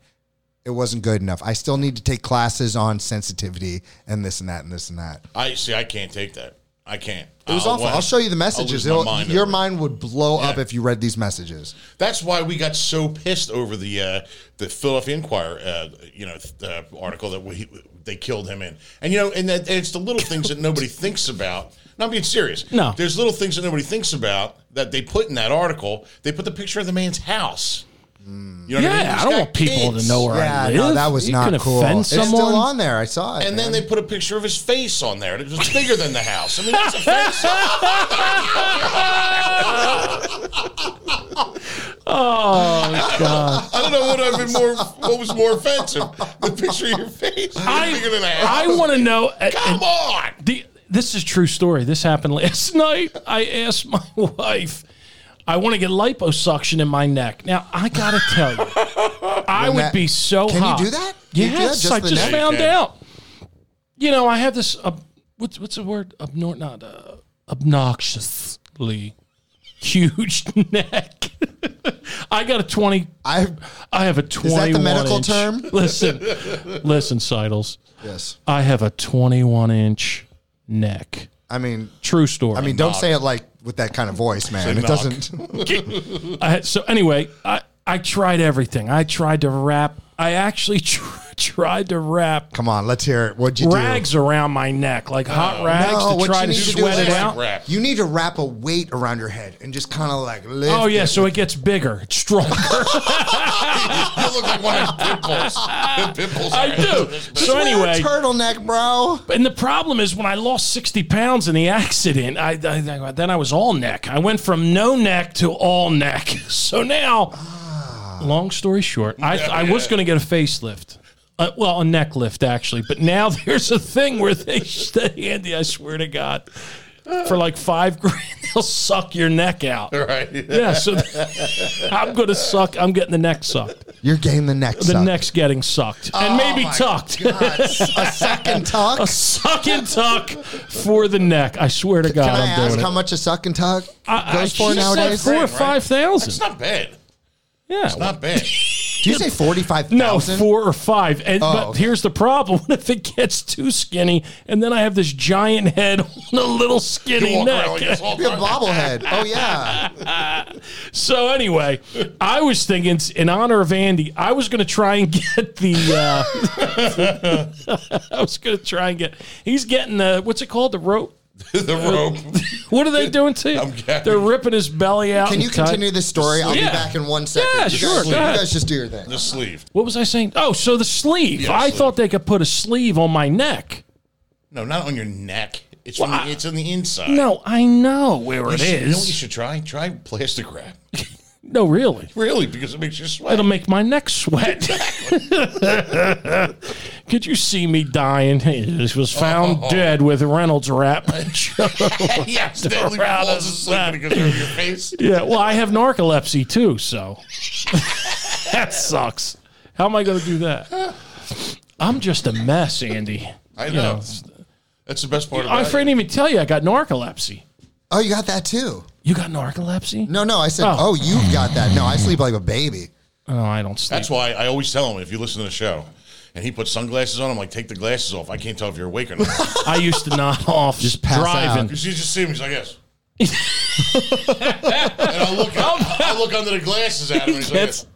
A: it wasn't good enough. I still need to take classes on sensitivity and this and that and this and that.
C: I see. I can't take that. I can't.
A: It was awful. I'll show you the messages. It'll- your
C: mind.
A: mind would blow up
C: Yeah.
A: if you read these messages.
C: That's why we got so pissed over the uh, the Philadelphia Inquirer, uh, you know, uh, article that we, they killed him in, and you know, and, that, and it's the little things that nobody thinks about. No, I'm being serious.
D: No.
C: there's little things that nobody thinks about that they put in that article. They put the picture of the man's house. You know what I mean?
D: Yeah,
C: He's
D: I don't
C: got
D: want people
C: kids.
D: to know where I
A: Yeah,
D: live.
A: no, that was
D: You
A: not
D: can
A: cool.
D: offend
A: It's
D: someone.
A: still on there. I saw it.
C: And then they put a picture of his face on there. and It was bigger than the house. I mean, that's a face.
D: Oh God!
C: I don't know what I've been more. What was more offensive? The picture of your face
D: I,
C: bigger than a
D: I
C: house.
D: want to know. uh,
C: Come on.
D: The, this is true story. This happened last night. I asked my wife, I want to get liposuction in my neck. Now I gotta tell you, I would
A: that-
D: be so
A: Can you
D: hot.
A: do that? You
D: Yes,
A: do that just
D: I
A: the
D: just
A: neck?
D: found
C: You can.
D: out. You know, I have this. Uh, what's what's the word? Obnor- not uh, obnoxiously huge neck. I got a twenty.
A: I
D: I have a twenty.
A: the medical term?
D: Listen, listen, Seidels.
A: yes.
D: I have a 21 inch neck.
A: I mean,
D: True story.
A: I mean, don't say it like with that kind of voice, man. It
C: knock.
A: doesn't.
D: I had- so anyway, I, I tried everything. I tried to wrap. I actually tr- tried to wrap
A: Come on, let's hear it. What'd you
D: rags around my neck, like hot rags,
A: do?
D: to try to
A: need do
D: sweat
A: is
D: it out.
C: wrap.
A: You need to wrap a weight around your head and just kind of like lift.
D: Oh yeah,
A: it.
D: so it gets bigger, it's stronger.
C: You look like one of those pimples. pimples
D: I do. So
A: Wear a
D: anyway,
A: turtleneck, bro.
D: and the problem is when I lost sixty pounds in the accident, I, I- I- then I was all neck. I went from no neck to all neck. So now, long story short, I, I was going to get a facelift. Uh, well, a neck lift actually, but now there's a thing where they, they Andy, I swear to God, for like five grand, they'll suck your neck out.
C: Right.
D: Yeah, so I'm gonna suck. I'm getting the neck sucked.
A: You're getting the neck.
D: The neck's getting sucked,
A: Oh
D: and maybe tucked.
A: a second tuck.
D: a suck and tuck for the neck. I swear to God,
A: Can I
D: I'm
A: ask
D: doing
A: how
D: it.
A: much a suck and tuck
D: I- I-
A: goes for
D: she said
A: nowadays?
D: four or five
C: It's
D: thousand.
C: not bad.
D: Yeah,
C: Not bad.
A: Do you say forty-five thousand? Oh,
D: no, four or five. And but
A: okay.
D: here's the problem: what if it gets too skinny, and then I have this giant head on a little skinny
C: You walk around like
D: neck?
C: this all
A: Be a
C: time.
A: bobblehead. Oh yeah.
D: So anyway, I was thinking in honor of Andy, I was going to try and get the. Uh, I was going to try and get. He's getting the what's it called the rope.
C: the rope.
D: What are they doing to you?
C: I'm getting-
D: They're ripping his belly out.
A: Can
D: and
A: you
D: tie-
A: continue this story? I'll
D: Yeah.
A: be back in one second.
D: Yeah,
A: You
D: sure,
A: Guys,
D: go
A: you
D: ahead.
A: guys just do your thing.
C: The sleeve.
D: What was I saying? Oh, so the sleeve.
C: Yeah,
D: I
C: sleeve.
D: thought they could put a sleeve on my neck.
C: No, not on your neck. It's
D: Well,
C: on
D: I-
C: the, it's on the inside.
D: No, I know where
C: You
D: it
C: should, you know what you
D: is.
C: should try? Try plastic wrap.
D: No, really.
C: Really, because it makes you sweat.
D: It'll make my neck sweat. could you see me dying? This was found dead with Reynolds wrap.
C: yes, then you
D: around
C: fall asleep
D: and-
C: because of your face.
D: yeah, well, I have narcolepsy too, so that sucks. How am I going to do that? I'm just a mess, Andy.
C: I know.
D: You know,
C: That's the best part
D: I
C: about
D: didn't
C: it.
D: even tell you I got narcolepsy.
A: Oh, you got that too.
D: You got narcolepsy?
A: No, no. I said,
D: Oh.
A: oh, you got that. No, I sleep like a baby.
D: Oh, I don't sleep.
C: That's why I always tell him if you listen to the show and he puts sunglasses on, I'm like, take the glasses off. I can't tell if you're awake or not.
D: I used to nod off just
A: pass
D: driving.
C: Because you just see him, he's like, yes. and I'll look, I'll look under the glasses at him. And he's like,
D: That's-
C: this.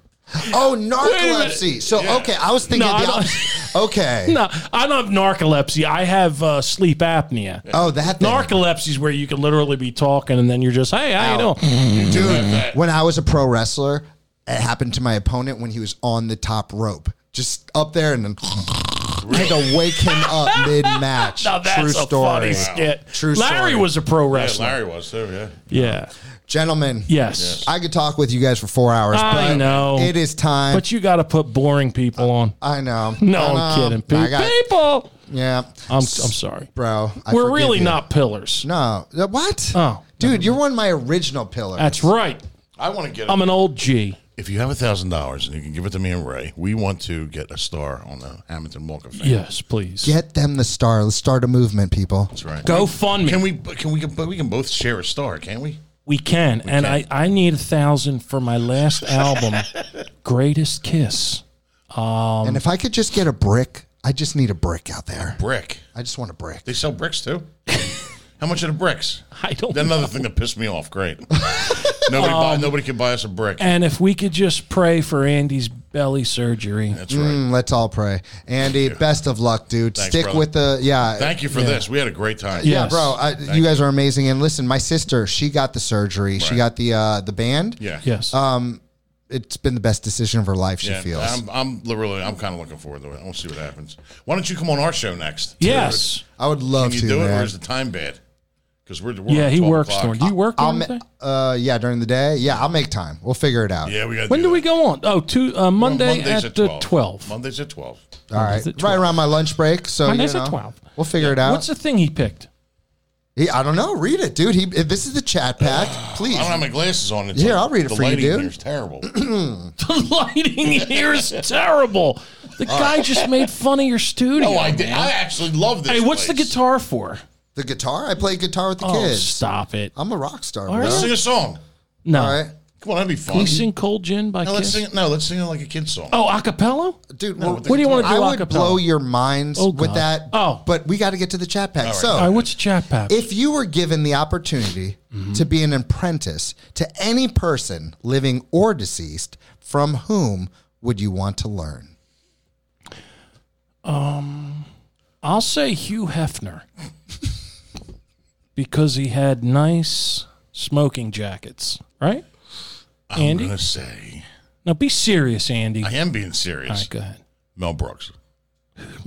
A: Oh,
D: minute.
A: narcolepsy. So okay, I was thinking
D: No, I
A: the
D: don't-
A: opposite. Okay.
D: No, I don't have narcolepsy. I have uh, sleep apnea.
A: Oh, that thing.
D: Narcolepsy is where you can literally be talking and then you're just, hey, how
A: Ow.
D: you doing?
A: dude. When I was a pro wrestler, it happened to my opponent when he was on the top rope, just up there, and then had to wake him up mid match.
D: Now that's
A: True
D: a
A: story,
D: funny skit.
A: True
D: Larry
A: story.
D: was a pro
C: Yeah,
D: wrestler.
C: Larry was too, yeah.
D: yeah.
A: gentlemen.
D: Yes.
A: I could talk with you guys for four hours,
D: I
A: but
D: know.
A: it is time.
D: But you got to put boring people on.
A: I know.
D: No,
A: I
D: I'm
A: know.
D: kidding.
A: I
D: Pe-
A: got-
D: people.
A: yeah,
D: I'm, I'm sorry.
A: bro. I
D: We're
A: forgive
D: really
A: you.
D: not pillars.
A: No, Uh, what?
D: Oh.
A: dude, you're one of my original pillars.
D: That's right.
C: I want to get
D: I'm an old G.
C: If you have a thousand dollars and you can give it to me and Ray, we want to get a star on the Hamilton Walk of Fame.
D: Yes, please.
A: Get them the star. Let's start a movement, people.
C: That's right.
D: Go fund me.
C: Can we? Can we? But we can both share a star, can't we?
D: We can, and I, I need a thousand for my last album, Greatest Kiss.
A: and if I could just get a brick, I just need a brick out there.
C: Brick.
A: I just want a brick.
C: They sell bricks too. How much are the bricks?
D: I don't.
C: That's another thing that pissed me off. Great. nobody, buy, nobody can buy us a brick.
D: Um, and if we could just pray for Andy's belly surgery,
C: That's right.
A: Mm, let's all pray. Andy, best of luck, dude.
C: Thanks,
A: Stick
C: brother.
A: with the yeah.
C: Thank you for this. We had a great time.
A: yeah,
D: Yes.
A: bro, I, you guys are amazing. And listen, my sister, she got the surgery. She
C: Right.
A: got the uh, the band.
C: Yeah.
D: yes,
A: uh, it's been the best decision of her life. She
C: Yeah,
A: feels.
C: I'm, I'm literally, I'm kind of looking forward to it. I want to see what happens. Why don't you come on our show next?
D: yes,
A: I would love
C: Can you
A: to.
C: do it,
A: man.
C: or is the time bad? Because we're, we're
D: yeah.
C: on
D: He
C: 12
D: works.
C: o'clock.
D: During, do you work
A: I'll
D: during
A: ma-
D: the day?
A: uh, yeah, during the day. Yeah, I'll make time. We'll figure it out.
C: Yeah, we got.
D: When do we go on? Oh, two, uh, Monday
C: Mondays
D: at, the twelve.
C: Mondays at twelve.
A: All right,
D: Monday's at
A: right
D: 12.
A: around my lunch break. So
D: Monday's
A: you
D: at
A: know,
D: 12.
A: We'll figure it out.
D: What's the thing he picked?
A: He- I don't know. Read it, dude. He, this is the chat pack. Please.
C: I don't have my glasses on. It's
A: Here, I'll read it
C: the
A: for you,
C: lighting
A: dude.
C: here is terrible.
D: The lighting here is terrible. The
A: Uh,
D: guy just made fun of your studio.
C: no, Oh, I did.
D: man.
C: I actually love this.
D: Hey, what's the
C: place.
D: guitar for?
A: The guitar. I play guitar with the
D: Oh,
A: kids.
D: stop it.
A: I'm a rock star.
D: right.
A: bro.
C: Let's sing a song.
D: No.
A: All right,
C: Come on, that'd be
D: Can
C: fun.
D: we sing Cold Gin by
C: No, let's
D: Kiss?
C: sing it. No, let's sing it like a kid's song.
D: oh, acapella?
A: dude.
C: No,
A: we're-
C: with the
D: What do you want to do
A: I would
D: acapella?
A: blow your minds
D: Oh,
A: with
D: God.
A: that.
D: Oh.
A: but we got to get to the chat pack. So,
D: All right, what's chat pap?
A: if you were given the opportunity
C: Mm-hmm.
A: to be an apprentice to any person living or deceased, from whom would you want to learn?
D: I'll say Hugh Hefner because he had nice smoking jackets, right?
C: I'm
D: Andy?
C: gonna say
D: Now be serious, Andy.
C: I
D: All
C: am being serious.
D: right, go ahead.
C: Mel Brooks.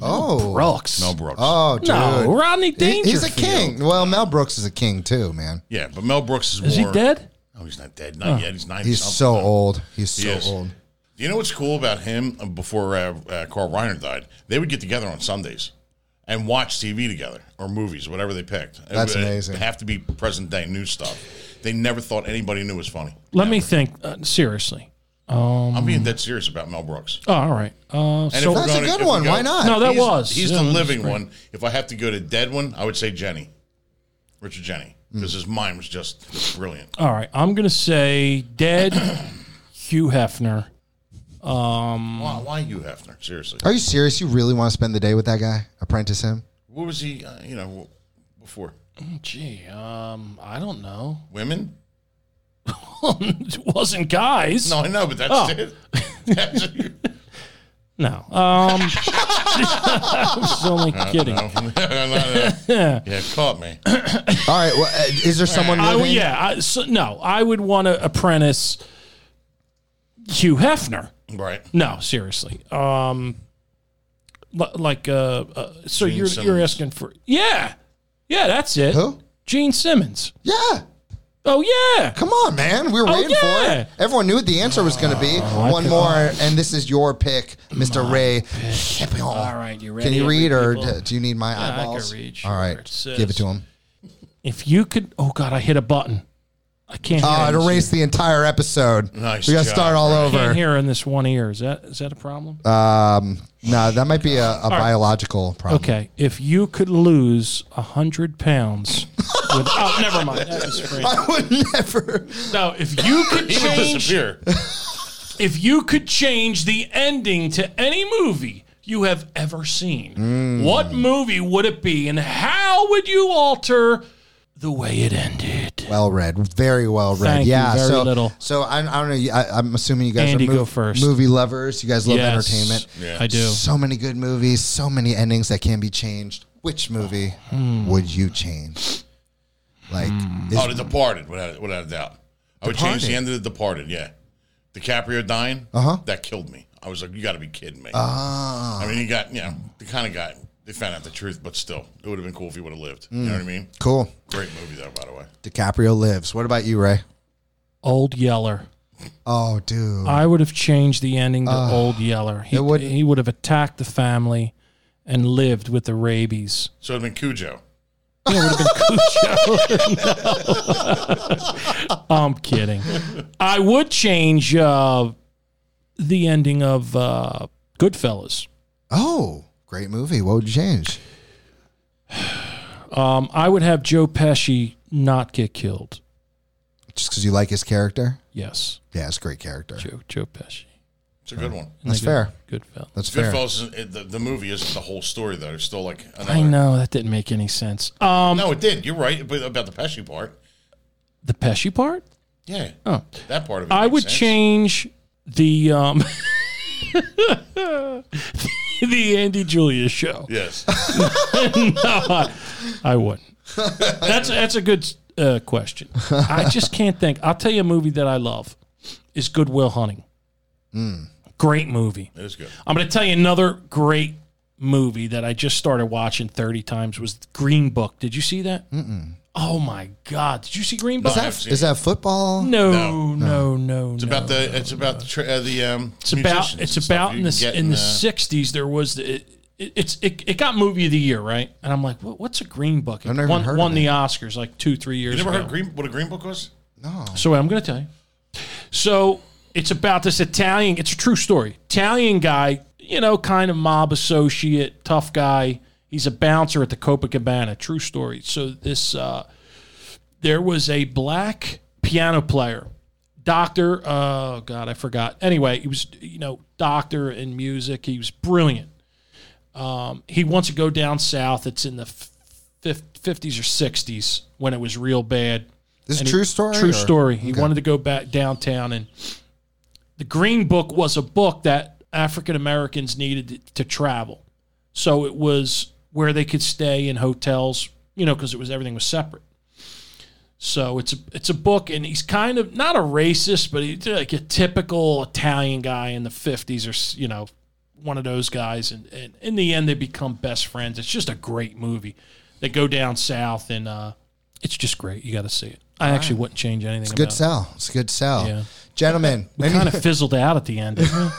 A: Oh,
D: Brooks.
C: Mel Brooks.
A: oh, dude.
D: no, Rodney
A: He-
D: Dangerfield.
A: he's a king. Well, Mel Brooks is a king too, man.
C: yeah, but Mel Brooks is,
D: Is he
C: more.
D: dead?
C: No, he's not dead. Not yet. He's ninety.
A: He's
C: something.
A: so old. He's
C: He
A: so
C: is.
A: old.
C: You know what's cool about him? uh, Before uh, uh, Carl Reiner died, they would get together on Sundays and watch TV together or movies, whatever they picked. It
A: That's
C: would- it'd
A: amazing.
C: Have to be present day new stuff. They never thought anybody knew was funny.
D: Let me think. Uh, seriously.
C: I'm being dead serious about Mel Brooks.
D: Oh, all right. Uh,
C: And
D: Hmm. so
C: if we're
A: That's a
C: gonna-
A: good
C: if we
A: one. Why not?
D: No, that
C: he's,
D: was.
C: He's
D: Yeah,
C: the
D: that's
C: living
D: great.
C: one. If I have to go to dead one, I would say Jenny, Richard Jenny, because his mind was just brilliant.
D: All right, I'm gonna say dead Hugh Hefner. Hmm.
C: Why, why you Hefner? Seriously,
A: Are you serious? You really want to spend the day with that guy? Apprentice him?
C: what was he? Uh, you know, before
D: Gee, um, I don't know.
C: women?
D: it wasn't guys.
C: No, I know, but that's
D: Oh.
C: it. That's it.
D: No. Um, I was only kidding.
C: No, no, no, no. yeah, caught me.
A: All right. Well, uh, is there someone
C: Oh,
D: I would,
A: living?
D: yeah. I, so, no, I would want to apprentice Hugh Hefner.
C: Right.
D: No, seriously. Um, li- like, uh, uh so you're you're
C: Simmons.
D: asking for? Yeah, yeah. That's it.
A: Who?
D: Gene Simmons.
A: Yeah.
D: Oh yeah.
A: Come on, man. We were
D: Oh,
A: waiting
D: yeah.
A: for it. Everyone knew what the answer was going to be.
D: Oh,
A: One more, and this is your pick, Mr. Ray. Champion.
D: All right, you ready?
A: Can you read, or
D: people?
A: d- do you need my
D: I can
A: eyeballs?
D: read,
A: All
D: sure.
A: right,
D: It says-
A: give it to him.
D: If you could, oh god, I hit a button. I can't.
A: Oh, it
D: hear in this,
A: erased the entire episode.
C: Nice
A: we got to
C: job,
A: start all
D: can't
A: over.
D: hear in this one ear. Is that is that a problem?
A: Um, no, that might be a, a biological problem.
D: okay, if you could lose a hundred pounds, with, oh, never mind. That was free.
A: I would never.
D: No, if you could
C: He would
D: change,
C: disappear.
D: if you could change the ending to any movie you have ever seen,
C: Mm.
D: what movie would it be, and how would you alter the way it ended?
A: Well read, very well read.
D: Thank you,
A: yeah,
D: very
A: so
D: little.
A: so I, I don't know. you- I, I'm assuming you guys
D: Andy,
A: are mov-
D: go first.
A: movie lovers. You guys love
D: Yes,
A: entertainment.
D: I do.
A: So many good movies, so many endings that can be changed. Which movie
D: Hmm.
A: would you change? Like, is-
C: Oh, The Departed, without, without a doubt. I would change the
A: Departed.
C: end of The Departed, yeah. DiCaprio dying, uh-huh. that killed me. I was like, you got to be kidding me.
D: Ah.
C: I mean, he got, you know, the kind of guy, they found out the truth, but still, it would have been cool if he would have lived. You know what I mean?
A: cool.
C: Great movie, though, by the way.
A: DiCaprio lives. What about you, Ray?
D: Old Yeller.
A: Oh, dude.
D: I would have changed the ending to
C: Ah,
D: Old Yeller. He
A: it would-
D: would, he would have attacked the family and lived with the rabies.
C: So it would have been Cujo.
D: Yeah, it would have been Cujo. no. I'm kidding. I would change uh, the ending of uh, Goodfellas.
A: Oh, great movie. What would you change?
D: Um, I would have Joe Pesci not get killed.
A: Just because you like his character?
D: Yes,
A: Yeah, it's a great character.
D: Joe Joe Pesci.
C: It's a good one.
A: That's fair.
D: Goodfellas.
A: That's fair.
C: Goodfellas, isn't- it- the, the movie isn't the whole story though. There's still like another.
D: I know that didn't make any sense. Um,
C: No, it did. You're right but about the Pesci part.
D: the Pesci part.
C: Yeah,
D: Oh.
C: that part of it.
D: I
C: makes
D: would
C: sense.
D: change the um, the Andy Julia show.
C: Yes,
D: I wouldn't. That's that's a good uh, question. I just can't think. I'll tell you a movie that I love is Goodwill Hunting. Great movie.
C: it is good.
D: I'm going to tell you another great movie that I just started watching 30 times was Green Book. Did you see that? Mm-mm. Oh my God! Did you see Green Book?
C: I haven't
A: Is
C: seen
A: that- is that football?
D: no, no, no, no.
C: It's about the. It's about the. Tra- uh, the um,
D: It's about it's about in the in the
C: uh,
D: '60s. There was the, it, it, it's it, it got movie of the year, right? And I'm like, what, what's a Green Book? It
A: I've never
D: won,
A: even heard of
D: won the
A: it.
D: Oscars like two, three years
C: You never
D: ago.
C: heard green, what a green book was?
D: So I'm going to tell you. So it's about this Italian. It's a true story. Italian guy, you know, kind of mob associate, tough guy. He's a bouncer at the Copacabana. True story. So this, uh, there was a black piano player, doctor. Oh God, I forgot. Anyway, he was you know doctor in music. He was brilliant. Um, he wants to go down south. It's in the fifties or sixties when it was real bad.
A: This is
D: And he-
A: true story?
D: True
A: or-
D: story. He wanted to go back downtown, and the Green Book was a book that African Americans needed to, to travel. So it was where they could stay in hotels, you know, because it was everything was separate. So it's a, it's a book, and he's kind of not a racist, but he's like a typical Italian guy in the fifties, or s- you know, one of those guys. And, and in the end, they become best friends. It's just a great movie. They go down south, and uh, it's just great. You got to see it. I actually wouldn't change anything.
A: It's a
D: about
A: good
D: it.
A: sell. It's a good sell.
D: Yeah.
A: Gentlemen,
D: We kind of fizzled out at the end, didn't we?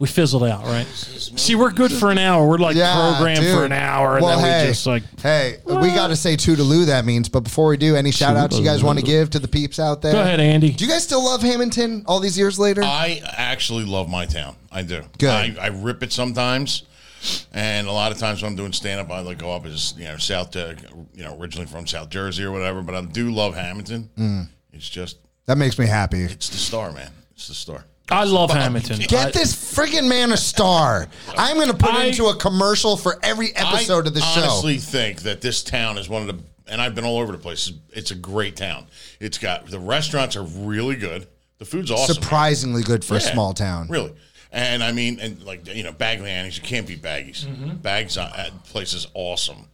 D: We fizzled out, right? See, we're good for an hour. We're like
A: Yeah,
D: programmed for
A: dude.
D: an hour, and
A: Well,
D: then
A: hey,
D: we just like
A: hey, we got to say toodaloo that means. But before we do, any shout outs you guys want to give to the peeps out there?
D: go ahead, Andy.
A: Do you guys still love Hamilton all these years later?
C: I actually love my town. I do.
A: Good.
C: I, I rip it sometimes, and a lot of times when I'm doing stand up, I like go up as you know South, uh, you know, originally from South Jersey or whatever. But I do love Hamilton.
A: Mm.
C: It's just
A: that makes me happy.
C: it's the star, man. It's the star.
D: I love Hamilton.
A: Get
D: I-
A: this friggin' man a star. I'm going to put
D: I-
A: into a commercial for every episode of the
C: I
A: show.
C: honestly think that this town is one of the, and I've been all over the place. It's a great town. It's got the restaurants are really good. The food's awesome.
A: Surprisingly good for a
C: Yeah,
A: small town.
C: really. And I mean, and like you know, Bagley Annie's, you can't beat Baggies. Bags uh, that place is awesome.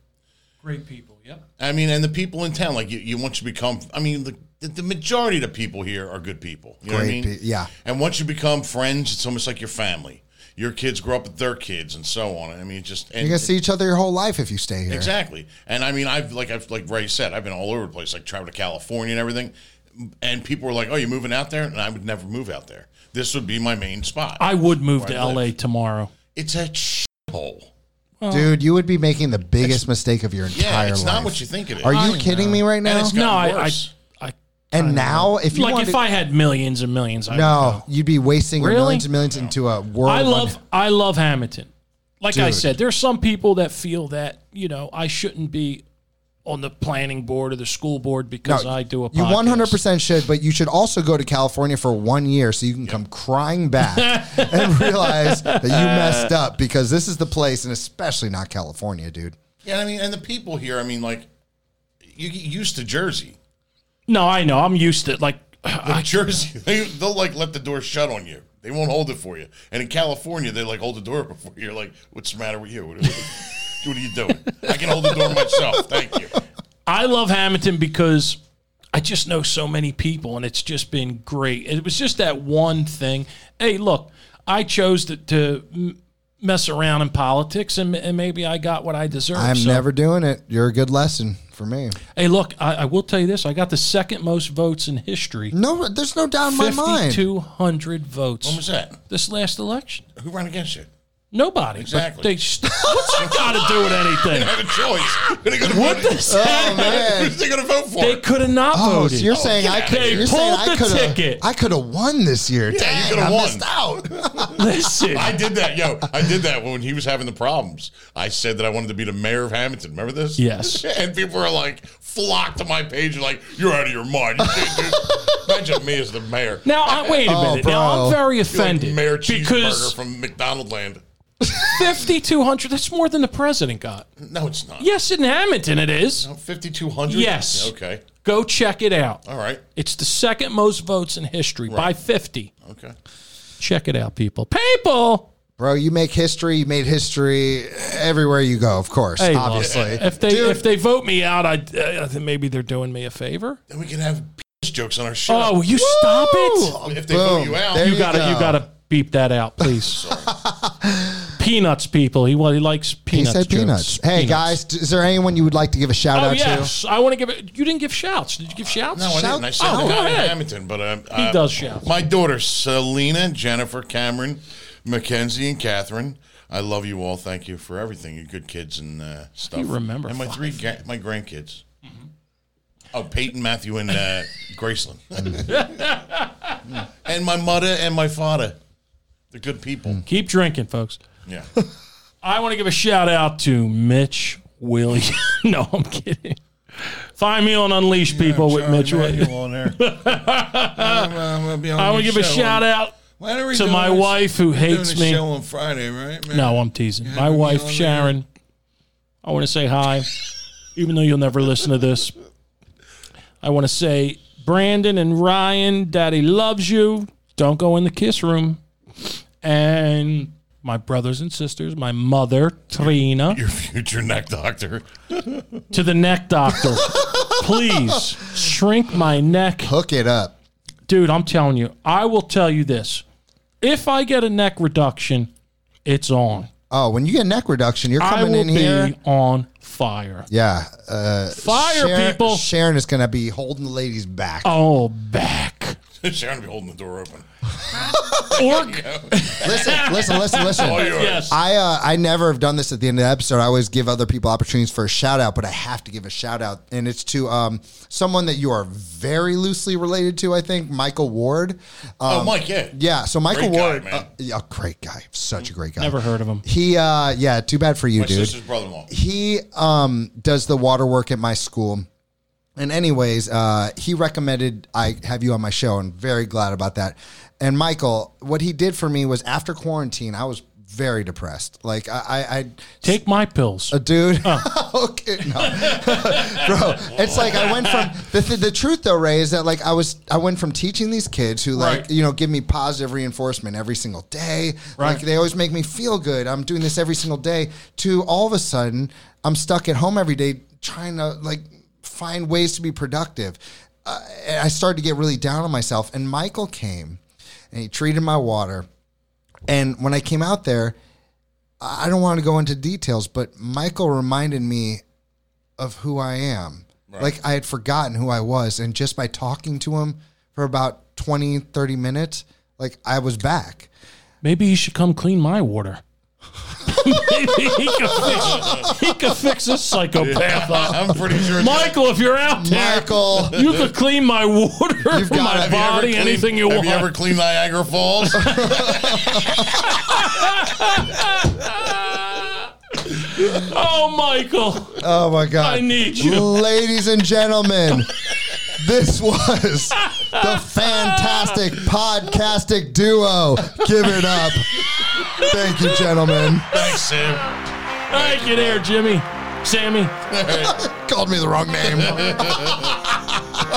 D: Great people. Yep.
C: I mean, and the people in town, like you, you once you become, I mean, the, the, the majority of the people here are good people. You know what I
A: Great
C: mean?
A: pe- yeah.
C: And once you become friends, it's almost like your family. Your kids grow up with their kids, and so on. I mean, it just and
A: You're going to see each other your whole life if you stay here.
C: Exactly. And I mean, I've like I've like Ray said, I've been all over the place, like traveled to California and everything. And people were like, "Oh, you're moving out there?" And I would never move out there. This would be my main spot.
D: I would move to
C: Where I
D: L.A.
C: live.
D: tomorrow.
C: it's a shithole.
A: Dude, you would be making the biggest mistake of your
C: Yeah,
A: entire
C: it's
A: life.
C: not what you think it is.
A: Are you kidding me right now?
C: it's
A: And,
C: got-
D: No, I, I,
C: worse.
D: I,
A: now, if you
D: like
A: wanted-
D: if I had millions and millions, I would
A: no,
D: go.
A: you'd be wasting your
D: Really?
A: millions and millions into a world.
D: I
A: on-
D: love I love Hamilton. Like I
A: Dude.
D: said, there's some people that feel that you know I shouldn't be on the planning board or the school board because I do a podcast.
A: You 100% should, but you should also go to California for one year so you can come crying back and realize that you messed up because this is the place, and especially not California, dude.
C: Yeah, I mean, and the people here, I mean, like you get used to Jersey.
D: No, I know. I'm used to like
C: The Jersey, they, they'll like let the door shut on you. They won't hold it for you. And in California, they like hold the door before you. you're like, "What's the matter with you? What, what- what are you doing? I can hold the door myself. Thank you."
D: I love Hamilton because I just know so many people, and it's just been great. It was just that one thing. Hey, look, I chose to, to m- mess around in politics, and, and maybe I got what I deserved.
A: I'm
D: So,
A: never doing it. You're a good lesson for me.
D: Hey, look, I, I will tell you this: I got the second most votes in history.
A: No, there's no doubt in my mind.
D: Oh, Fifty-two hundred
C: What
D: votes
C: was that?
D: this last election.
C: Who ran against you?
D: Nobody. but
C: Exactly.
D: They st- what's that got to do with anything?
C: have a choice. They're gonna
D: What
C: vote.
D: the heck?
A: Oh, man.
C: They're gonna vote for
D: They could have not
A: Oh,
D: voted.
A: so you're saying I
C: out
A: could?
C: of here.
A: You're saying I
D: Pulled the
A: could
D: ticket.
A: I could have won this year.
C: you
A: Dang,
C: coulda
A: I
C: won.
A: missed out.
D: Listen,
C: I did that, yo. I did that when he was having the problems. I said that I wanted to be the mayor of Hamilton. Remember this?
D: Yes.
C: And people were like flocked to my page, like you're out of your mind. You can't do-" Imagine me as the mayor.
D: now I, wait a
A: Oh,
D: minute. now
A: bro.
D: I'm very
C: You're like
D: offended
C: mayor
D: because
C: cheeseburger from McDonald Land.
D: fifty two hundred. That's more than the president got.
C: No, it's not.
D: Yes, in Hamilton it is.
C: Fifty two hundred.
D: Yes.
C: Okay.
D: Go check it out.
C: All right.
D: It's the second most votes in history by fifty.
C: Okay.
D: Check it out, people. People.
A: Bro, you make history. You made history everywhere you go. Of course,
D: Hey, well,
A: obviously.
D: if they
A: Dude,
D: if they vote me out, I, I think maybe they're doing me a favor.
C: Then we can have penis jokes on our show.
D: Oh, will you stop it!
C: if they vote
A: Boom.
C: you out,
A: There
D: You gotta
A: go.
D: you gotta beep that out, please. peanuts, people. He well, he likes
A: He
D: peanuts.
A: said
D: jokes.
A: peanuts. Hey guys, d- is there anyone you would like to give a shout
D: Oh
A: out
D: yes, I want to give it. You didn't give shouts. Did you give shouts?
C: No, I didn't. I said the
D: Oh, go
C: guy in
D: ahead.
C: Hamilton, but um,
D: He
C: uh,
D: does shout.
C: My daughters, Selena, Jennifer, Cameron, Mackenzie, and Catherine. I love you all. Thank you for everything. You're good kids and uh, stuff.
D: You remember
C: And my three ga- my grandkids. Oh, Peyton, Matthew, and uh, Graceland.
D: Mm.
C: and my mother and my father. They're good people.
D: Keep drinking, folks.
C: Yeah.
D: I want to give a shout out to Mitch Willie. no, I'm kidding. Find me on Unleash People with Mitch Willie.
C: Manuel on there. I'm, uh, gonna be on
D: I
C: your
D: want to give a
C: show.
D: shout out
C: When are we
D: to
C: doing
D: my
C: this?
D: wife who
C: We're doing
D: hates
C: this
D: me.
C: show on Friday, right? man?
D: No, I'm teasing. My
C: have me
D: wife,
C: on there.
D: Sharon, I want to say hi, even though you'll never listen to this. I want to say, Brandon and Ryan, Daddy loves you. Don't go in the kiss room. And my brothers and sisters, my mother, Trina,
C: Your future neck doctor.
D: to the neck doctor. Please shrink my neck.
A: to? Hook it up.
D: Dude, I'm telling you, I will tell you this. If I get a neck reduction, it's on.
A: Oh, when you get neck reduction, you're
D: I
A: coming
D: will
A: in
D: be
A: here.
D: on fire.
A: Yeah. Uh,
D: Fire,
A: Sharon,
D: people. Oh.
A: Sharon is going to be holding the ladies back.
D: all back.
C: Sharon be holding the door open.
D: Or
A: Listen, listen, listen, listen.
C: All yours.
D: yes.
A: I uh, I never have done this at the end of the episode. I always give other people opportunities for a shout out, but I have to give a shout out, and it's to um, someone that you are very loosely related to. I think Michael Ward. Um,
C: Oh, Mike, yeah.
A: Yeah, so Michael
C: Great guy,
A: Ward,
C: man.
A: uh, yeah, great guy, such a great guy.
D: Never heard of him.
A: He, uh, yeah, too bad for you,
C: My
A: dude.
C: sister's brother-in-law.
A: he um does the water work at my school and anyways uh he recommended i have you on my show and very glad about that and michael what he did for me was after quarantine i was very depressed like i i, I
D: take my pills.
A: a dude. okay, no, bro. It's like I went from the, th- the truth though, Ray, is that like I was I went from teaching these kids who like
D: Right.
A: you know give me positive reinforcement every single day.
D: Right.
A: Like they always make me feel good. I'm doing this every single day. To all of a sudden, I'm stuck at home every day trying to like find ways to be productive. Uh, and I started to get really down on myself. And Michael came and he treated my water. And when I came out there, I don't want to go into details, but Michael reminded me of who I am. Like I had forgotten who I was. And just by talking to him for about 20, 30 minutes, like I was back.
D: Maybe he should come clean my water. Maybe he could fix, he could fix this psychopath up.
C: I'm pretty sure.
D: Michael, if you're out there,
A: Michael.
D: you could clean my water
A: You've
D: from
A: got-
D: my
A: have you ever
D: body,
C: cleaned-
D: anything you
C: have
D: want.
C: you ever cleaned Niagara Falls?
D: oh, Michael,
A: Oh my God.
D: I need you.
A: Ladies and gentlemen, this was the fantastic podcastic duo. Give it up. Thank you, gentlemen.
C: Thanks, Sam.
D: Thank you there, Jimmy. Sammy,
A: Called me the wrong name.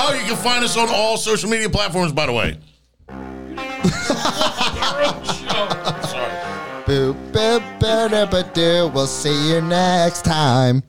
C: Oh, you can find us on all social media platforms, by the way. Sorry.
A: Boop, boop, boop, boop, boop. We'll see you next time.